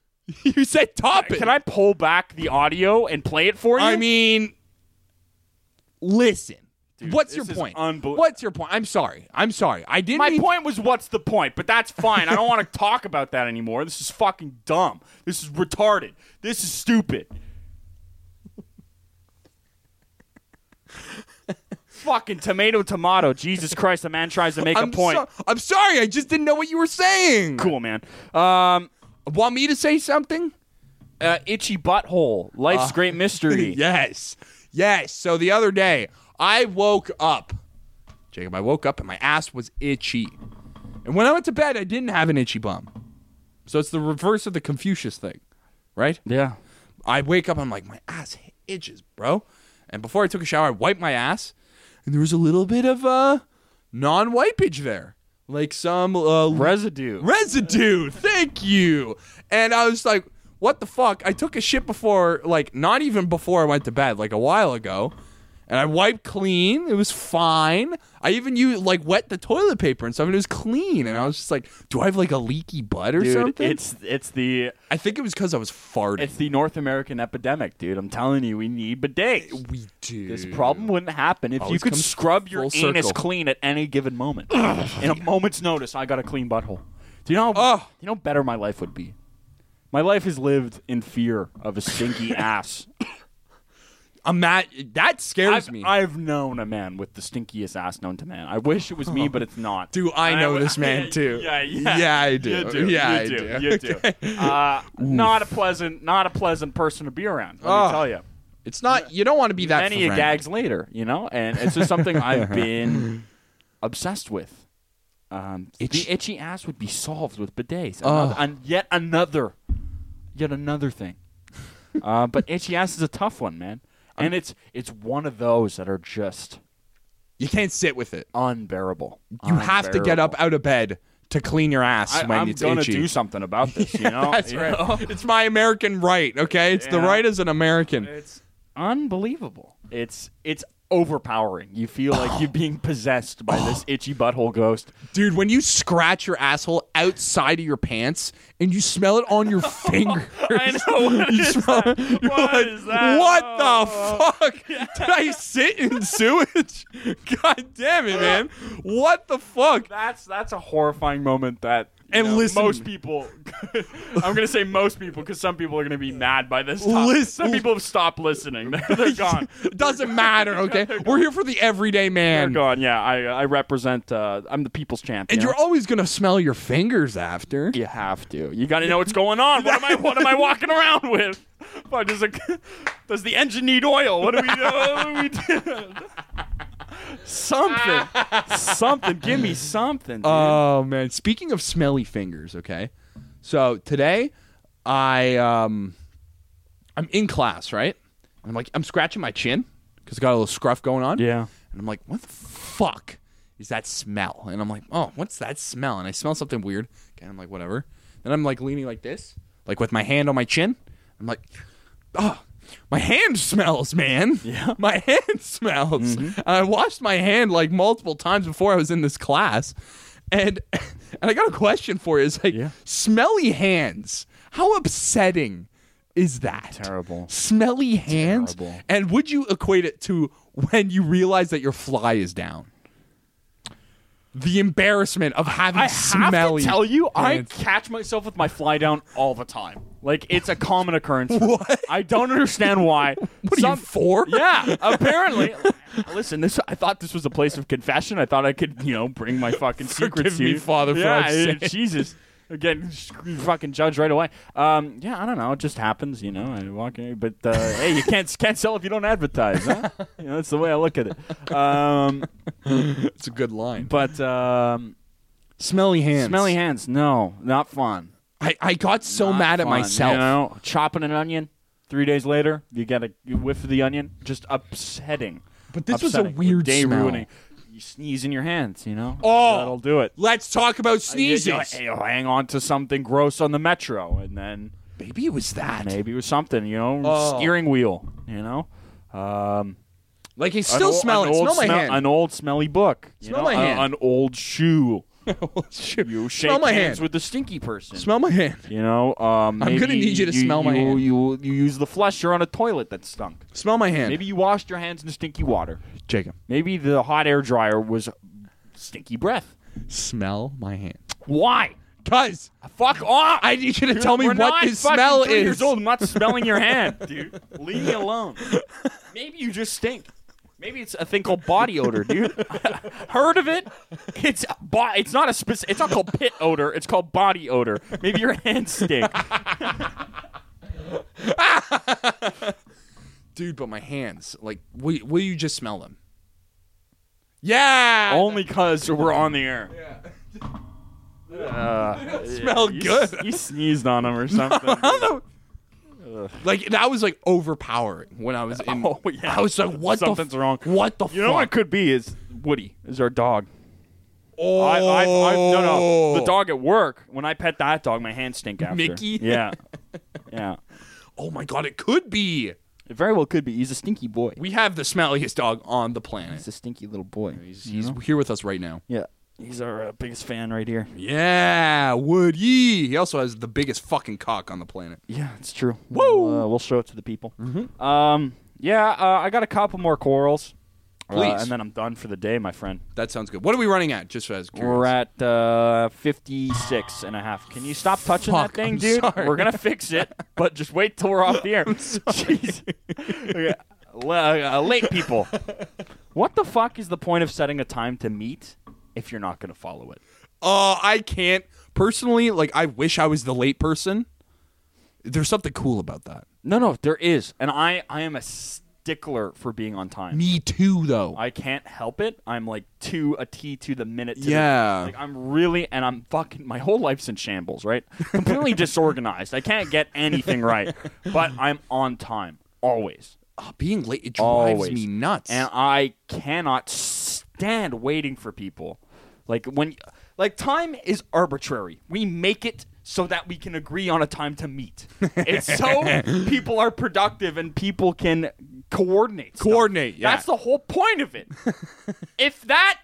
you said tapas. Can I pull back the audio and play it for you? I mean, listen. Dude, What's this your is point? unbel- What's your point? I'm sorry. I'm sorry. I didn't. my mean- point was, what's the point? But that's fine. I don't want to talk about that anymore. This is fucking dumb. This is retarded. This is stupid. fucking tomato, tomato. Jesus Christ, the man tries to make I'm a point. so- I'm sorry. I just didn't know what you were saying. cool, man. Um, Want me to say something? uh, itchy butthole. Life's Uh, great mystery. yes. Yes. So the other day, I woke up. Jacob, I woke up and my ass was itchy. And when I went to bed, I didn't have an itchy bum. So it's the reverse of the Confucius thing, right? Yeah. I wake up, I'm like, my ass itches, bro. And before I took a shower, I wiped my ass, and there was a little bit of uh, non wipeage there. Like some uh, Residue. residue. Thank you. And I was like, what the fuck? I took a shit before, like, not even before I went to bed, like a while ago. And I wiped clean. It was fine. I even used, like, wet the toilet paper and stuff, and it was clean. And I was just like, do I have, like, a leaky butt or dude. something? It's it's the I think it was because I was farting. it's the North American epidemic, dude. I'm telling you, we need bidets. we do. This problem wouldn't happen if you Always could comes scrub your Oh, full anus circle. clean at any given moment. In a moment's notice, I got a clean butthole. Do you know? How, Ugh. Do you know how better my life would be? My life is lived in fear of a stinky ass. I'm not, that scares I've, me. I've known a man with the stinkiest ass known to man. I wish it was me, but it's not. do I And know I- this man too? Yeah, yeah, Yeah, I You do. do. you Yeah, I do. do. You do. Uh, not a pleasant, not a pleasant person to be around. Let Ugh. me tell you. It's not. You don't want to be that. Many a friend. gags later, you know, and it's just something I've been obsessed with. Um, Itch- The itchy ass would be solved with bidets. Ugh. Another, and yet another, yet another thing. uh, but itchy ass is a tough one, man, and it's it's one of those that are just You can't sit with it. unbearable. You have to get up Unbearable. out of bed to clean your ass I, when I'm it's gonna itchy. do something about this. You know, That's You right. know? It's my American right. Okay, it's the Yeah. right as an American. It's unbelievable. It's it's overpowering. You feel like you're being possessed by this itchy butthole ghost. Dude, when you scratch your asshole outside of your pants and you smell it on your fingers, know, what you is smell that? it, you're What like, is that? What Oh." the fuck? Did I sit in sewage? God damn it, man! What the fuck? That's that's a horrifying moment that. you And know, listen- most people. I'm gonna say most people because some people are gonna be mad by this. Topic. Listen- some people have stopped listening. They're, they're gone. It doesn't matter, okay? We're here for the everyday They're man. gone. Yeah, I I represent. Uh, I'm the people's champ. And you know? you're always gonna smell your fingers after. You have to. You got to know what's going on. What am I? What am I walking around with? Fuck, does, the- does the engine need oil? What do we do? What do we do? something, something. Give me something. Dude. Oh man! Speaking of smelly fingers, okay. So today, I um, I'm in class, right? And I'm like, I'm scratching my chin because I got a little scruff going on. yeah. And I'm like, what the fuck is that smell? And I'm like, oh, what's that smell? And I smell something weird. Okay, I'm like, whatever. Then I'm like leaning like this, like with my hand on my chin. I'm like, oh, my hand smells, man. Yeah. Mm-hmm. My hand smells. And I washed my hand like multiple times before I was in this class. And and I got a question for you. It's like Yeah. smelly hands. How upsetting is that? Terrible. smelly hands Terrible. and would you equate it to when you realize that your fly is down the embarrassment of having I have smelly to tell you, I hands. catch myself with my fly down all the time. Like it's a common occurrence. for me. What? I don't understand why. what are you for Yeah, apparently. Listen, this I thought this was a place of confession. I thought I could, you know, bring my fucking secrets Forgive to me, you. Father, for yeah, I've eh, sinned. Jesus. Again, screw- fucking judge right away. Um, yeah, I don't know. It just happens, you know. I walk in, but uh, hey, you can't can't sell if you don't advertise. Huh? You know, that's the way I look at it. Um, it's a good line but um, smelly hands smelly hands, no, not fun. i, I got so Not mad at fun, myself You know, chopping an onion. Three days later, you get a you whiff of the onion. Just upsetting. But this was a Upsetting. weird day smell. ruining. You sneeze in your hands. You know. Oh. that'll do it. let's talk about Uh, sneezes You, you- you hang on to something gross on the metro, and then maybe it was that maybe it was something. You know, Oh. steering wheel. You know. Um, like i an still ol- smell an it old smell my smell- hand An old smelly book. you Smell know, my a- hand. An old shoe. Shoot. You shake smell my hands hand with the stinky person. smell my hand You know, um, I'm maybe gonna need you to smell my you, hand. You, you use the flusher on a toilet that stunk. smell my hand Maybe you washed your hands in stinky water. jacob Maybe the hot air dryer was stinky breath. smell my hand Why? guys Fuck off! i need you to tell me We're what not this fucking smell three is Years old, I'm not smelling your hand, dude. Leave me alone. Maybe you just stink. Maybe it's a thing called body odor, dude. Heard of it? It's bo- it's not a speci- It's not called pit odor. It's called body odor. Maybe your hands stink. dude but my hands like will, will you just smell them yeah Only because we're on the air. smell Oh, you good. s- you sneezed on him or something. I don't know. like that was like overpowering when i was in Oh, yeah. i was like what Something's the f- wrong. what the you know what it fuck could be is Woody is our dog. oh I, I, I, no, no, the dog at work. When I pet that dog, my hands stink after. Mickey? Yeah, Yeah. Oh my god, it could be. It very well could be. He's a stinky boy. We have the smelliest dog on the planet. He's a stinky little boy. He's, he's here with us right now. Yeah. He's our uh, biggest fan right here. Yeah, Woody. He also has the biggest fucking cock on the planet. Yeah, it's true. Woo! Mm-hmm. We'll, uh, we'll show it to the people. Um, yeah, uh, I got a couple more corals. Uh, Please. and then I'm done for the day, my friend. That sounds good. What are we running at? Just as curious. We're at uh, 56 and a half. Can you stop touching Fuck, that thing, I'm dude? sorry. We're going to fix it, but just wait till we're off the air. Jeez. Okay. Le- uh, late people. What the fuck is the point of setting a time to meet if you're not going to follow it? Oh, I can't. Personally, like I wish I was the late person. There's something cool about that. No, no, there is. And I, I am a stickler for being on time. Me too, though. I can't help it. I'm like to a T to the minute. To the- Yeah. like I'm really, and I'm fucking, my whole life's in shambles, right? Completely disorganized. I can't get anything right, but I'm on time, always. Oh, being late it drives Always. me nuts. And I cannot stand waiting for people. Like when, like time is arbitrary. We make it so that we can agree on a time to meet. It's so people are productive and people can coordinate. stuff. Coordinate, yeah. That's the whole point of it. if that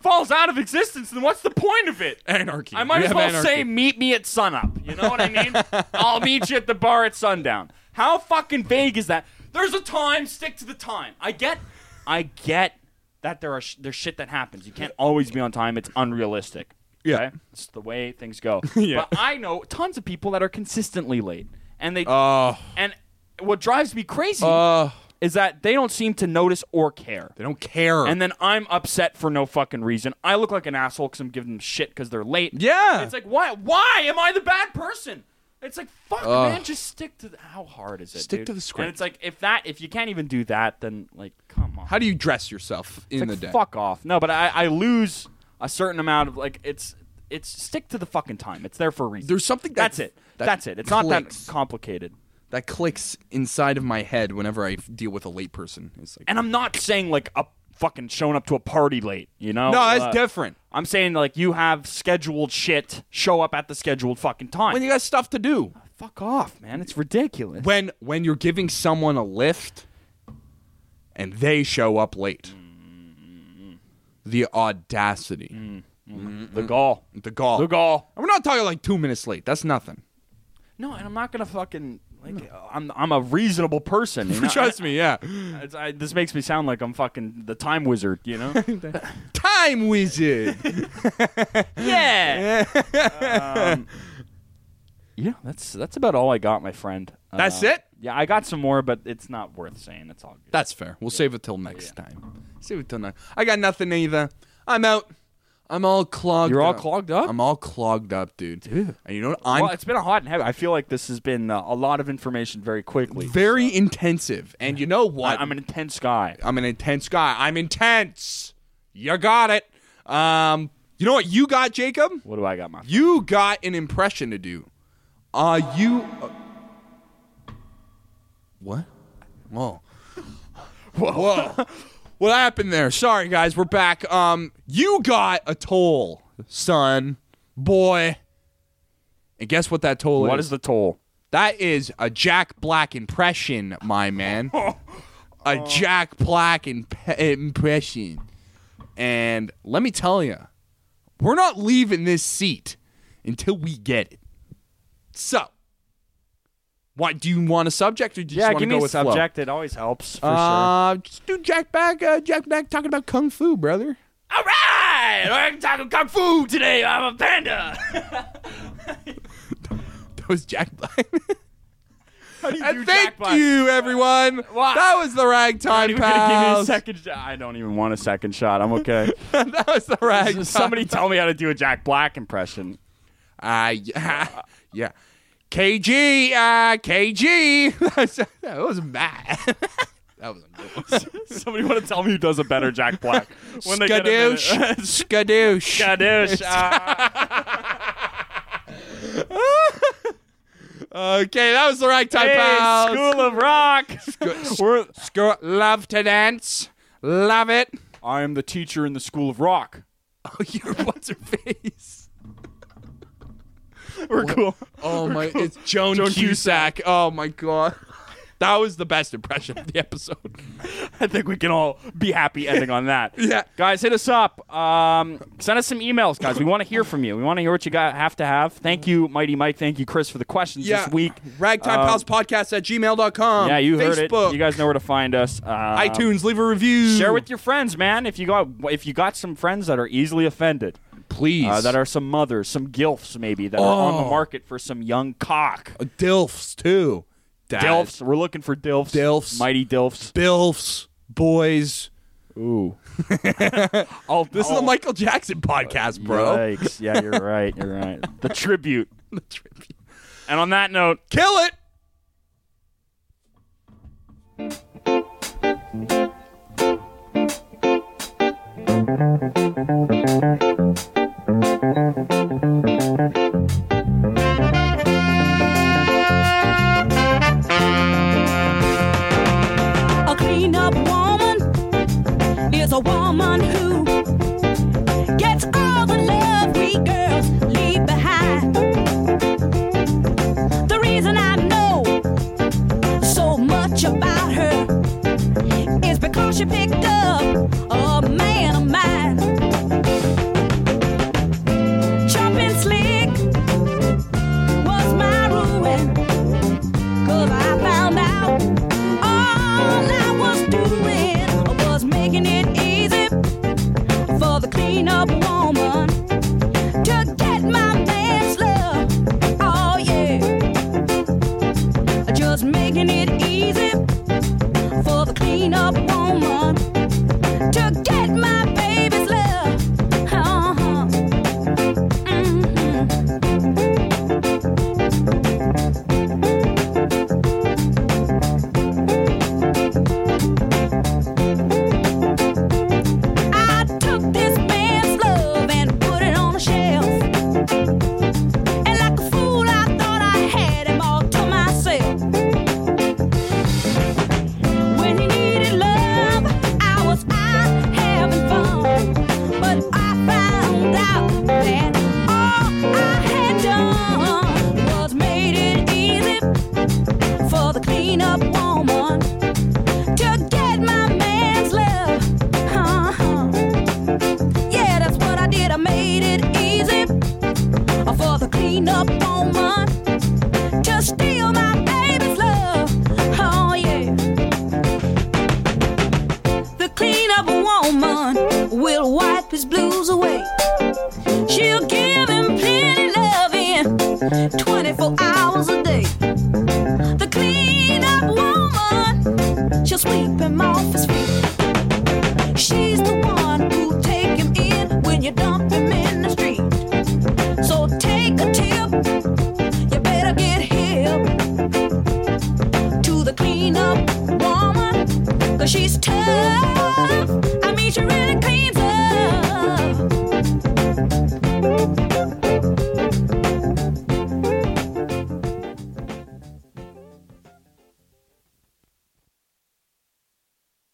falls out of existence, then what's the point of it? anarchy. I might We as have well anarchy. say, meet me at sunup. You know what I mean? I'll meet you at the bar at sundown. How fucking vague is that? There's a time. Stick to the time. I get, I get that there are sh- there's shit that happens. You can't always be on time. It's unrealistic. Yeah. it's the way things go. Yeah. But I know tons of people that are consistently late, and they Oh, and what drives me crazy uh, is that they don't seem to notice or care. they don't care. And then I'm upset for no fucking reason. I look like an asshole because I'm giving them shit because they're late. Yeah. It's like, why? Why am I the bad person? It's like, fuck, Ugh. man, just stick to the, how hard is it? Stick dude? to the script. And it's like, if that, if you can't even do that, then like, come on. How do you dress yourself in It's like, the day? Fuck off. No, but I, I lose a certain amount of like, it's, it's stick to the fucking time. It's there for a reason. There's something that- That's it. that That's it. It's not that clicks. complicated. That clicks inside of my head whenever I f- deal with a late person. It's like, And I'm not saying like a fucking showing up to a party late. You know? no, that's Uh, different. I'm saying like you have scheduled shit. Show up at the scheduled fucking time. When you got stuff to do. Fuck off, man. It's ridiculous. When when you're giving someone a lift, and they show up late. The audacity. The gall. The gall. The gall. And We're not talking like two minutes late. That's nothing. No, and I'm not gonna fucking like. I'm I'm a reasonable person. You know? Trust me, yeah. It's, I, this makes me sound like I'm fucking the time wizard. You know? Time wizard. yeah. um, yeah. That's that's about all I got, my friend. That's Uh, it? Yeah, I got some more, but it's not worth saying. It's all good. That's fair. We'll save it till next time. Save it till next. I got nothing either. I'm out. I'm all clogged. You're all up. clogged up? I'm all clogged up, dude. Dude. And you know what? I'm well, it's been a hot and heavy. I feel like this has been uh, a lot of information very quickly. very intensive. And you know what? I, am an intense guy. I'm an intense guy. I'm intense. You got it. Um, you know what you got, Jacob? What do I got, my? You got an impression to do. Uh, you. Uh, what? Whoa. Whoa. Whoa. what happened there? Sorry, guys. We're back. Um, you got a toll, son, boy. And guess what that toll What is? is the toll? that is a Jack Black impression, my man. a Jack Black imp- impression. And let me tell you, we're not leaving this seat until we get it. So, what do you want a subject or do you just Yeah, want give me to go a with flow? subject. It always helps for sure. uh, just do Jack Black. Uh, Jack Black talking about kung fu, brother. All right, I'm talking kung fu today. I'm a panda. That was Jack Black. How do you and thank you, everyone. Wow. That was the ragtime gonna give me a pals. second shot. I don't even want a second shot. I'm okay. that was the ragtime. Somebody tell me how to do a Jack Black impression. Uh, yeah, yeah. KG, uh, KG. that was mad. that was a Somebody want to tell me who does a better Jack Black? When they get a minute. skadoosh, skadoosh. Skadoosh. uh, Okay, that was the right type hey, pals. School of Rock. We're- School- love to dance, love it. I am the teacher in the School of Rock. Oh, your what's her face? We're cool. Oh my, it's Joan, Joan Cusack. Oh my god, that was the best impression of the episode. I think we can all be happy ending on that. Yeah. Guys, hit us up. Um, send us some emails, guys. We want to hear from you. We want to hear what you got have to have. Thank you, Mighty Mike. Thank you, Chris, for the questions this week. Ragtime Um, Pals Podcast at gmail.com. Yeah, you heard Facebook, it. You guys know where to find us. Um, iTunes, leave a review. Share with your friends, man. If you got if you got some friends that are easily offended, please. uh, that are some mothers, some gilfs maybe that are on the Oh. market for some young cock. Uh, Dilfs too. Dad. Dilfs. We're looking for dilfs. Dilfs. Mighty dilfs. Bilfs, boys. Oh. Ooh. I'll, This is the Michael Jackson podcast, bro. Yikes. Yeah, you're right. You're right. The tribute. And on that note, Kill it. A clean up woman is a woman who gets all the love we girls leave behind. The reason I know so much about her is because she picked up a man of mine. Chopping slick was my ruin. Cause I found out all I was doing was making it easy for the cleanup woman to get my man's love. Oh yeah. Just making it easy for the cleanup woman to get my baby's love. Uh-huh. Mhm. I took this man's love and put it on a shelf. And like a fool, I thought I had him all to myself. When he needed love, I was out having fun. But I found out that all I had done was made it easy for the cleanup woman to get my man's love. Uh-huh. Yeah, that's what I did. I made it easy for the cleanup woman to steal my baby's love. Oh yeah. The cleanup woman will wipe his blues away. She'll give him plenty love in 24 hours a day. The cleanup woman. She'll sweep him off his feet. She's the one who take him in when you dump him in the street. So take a tip. You better get hip to the cleanup woman. Cause she's tough. I mean, she really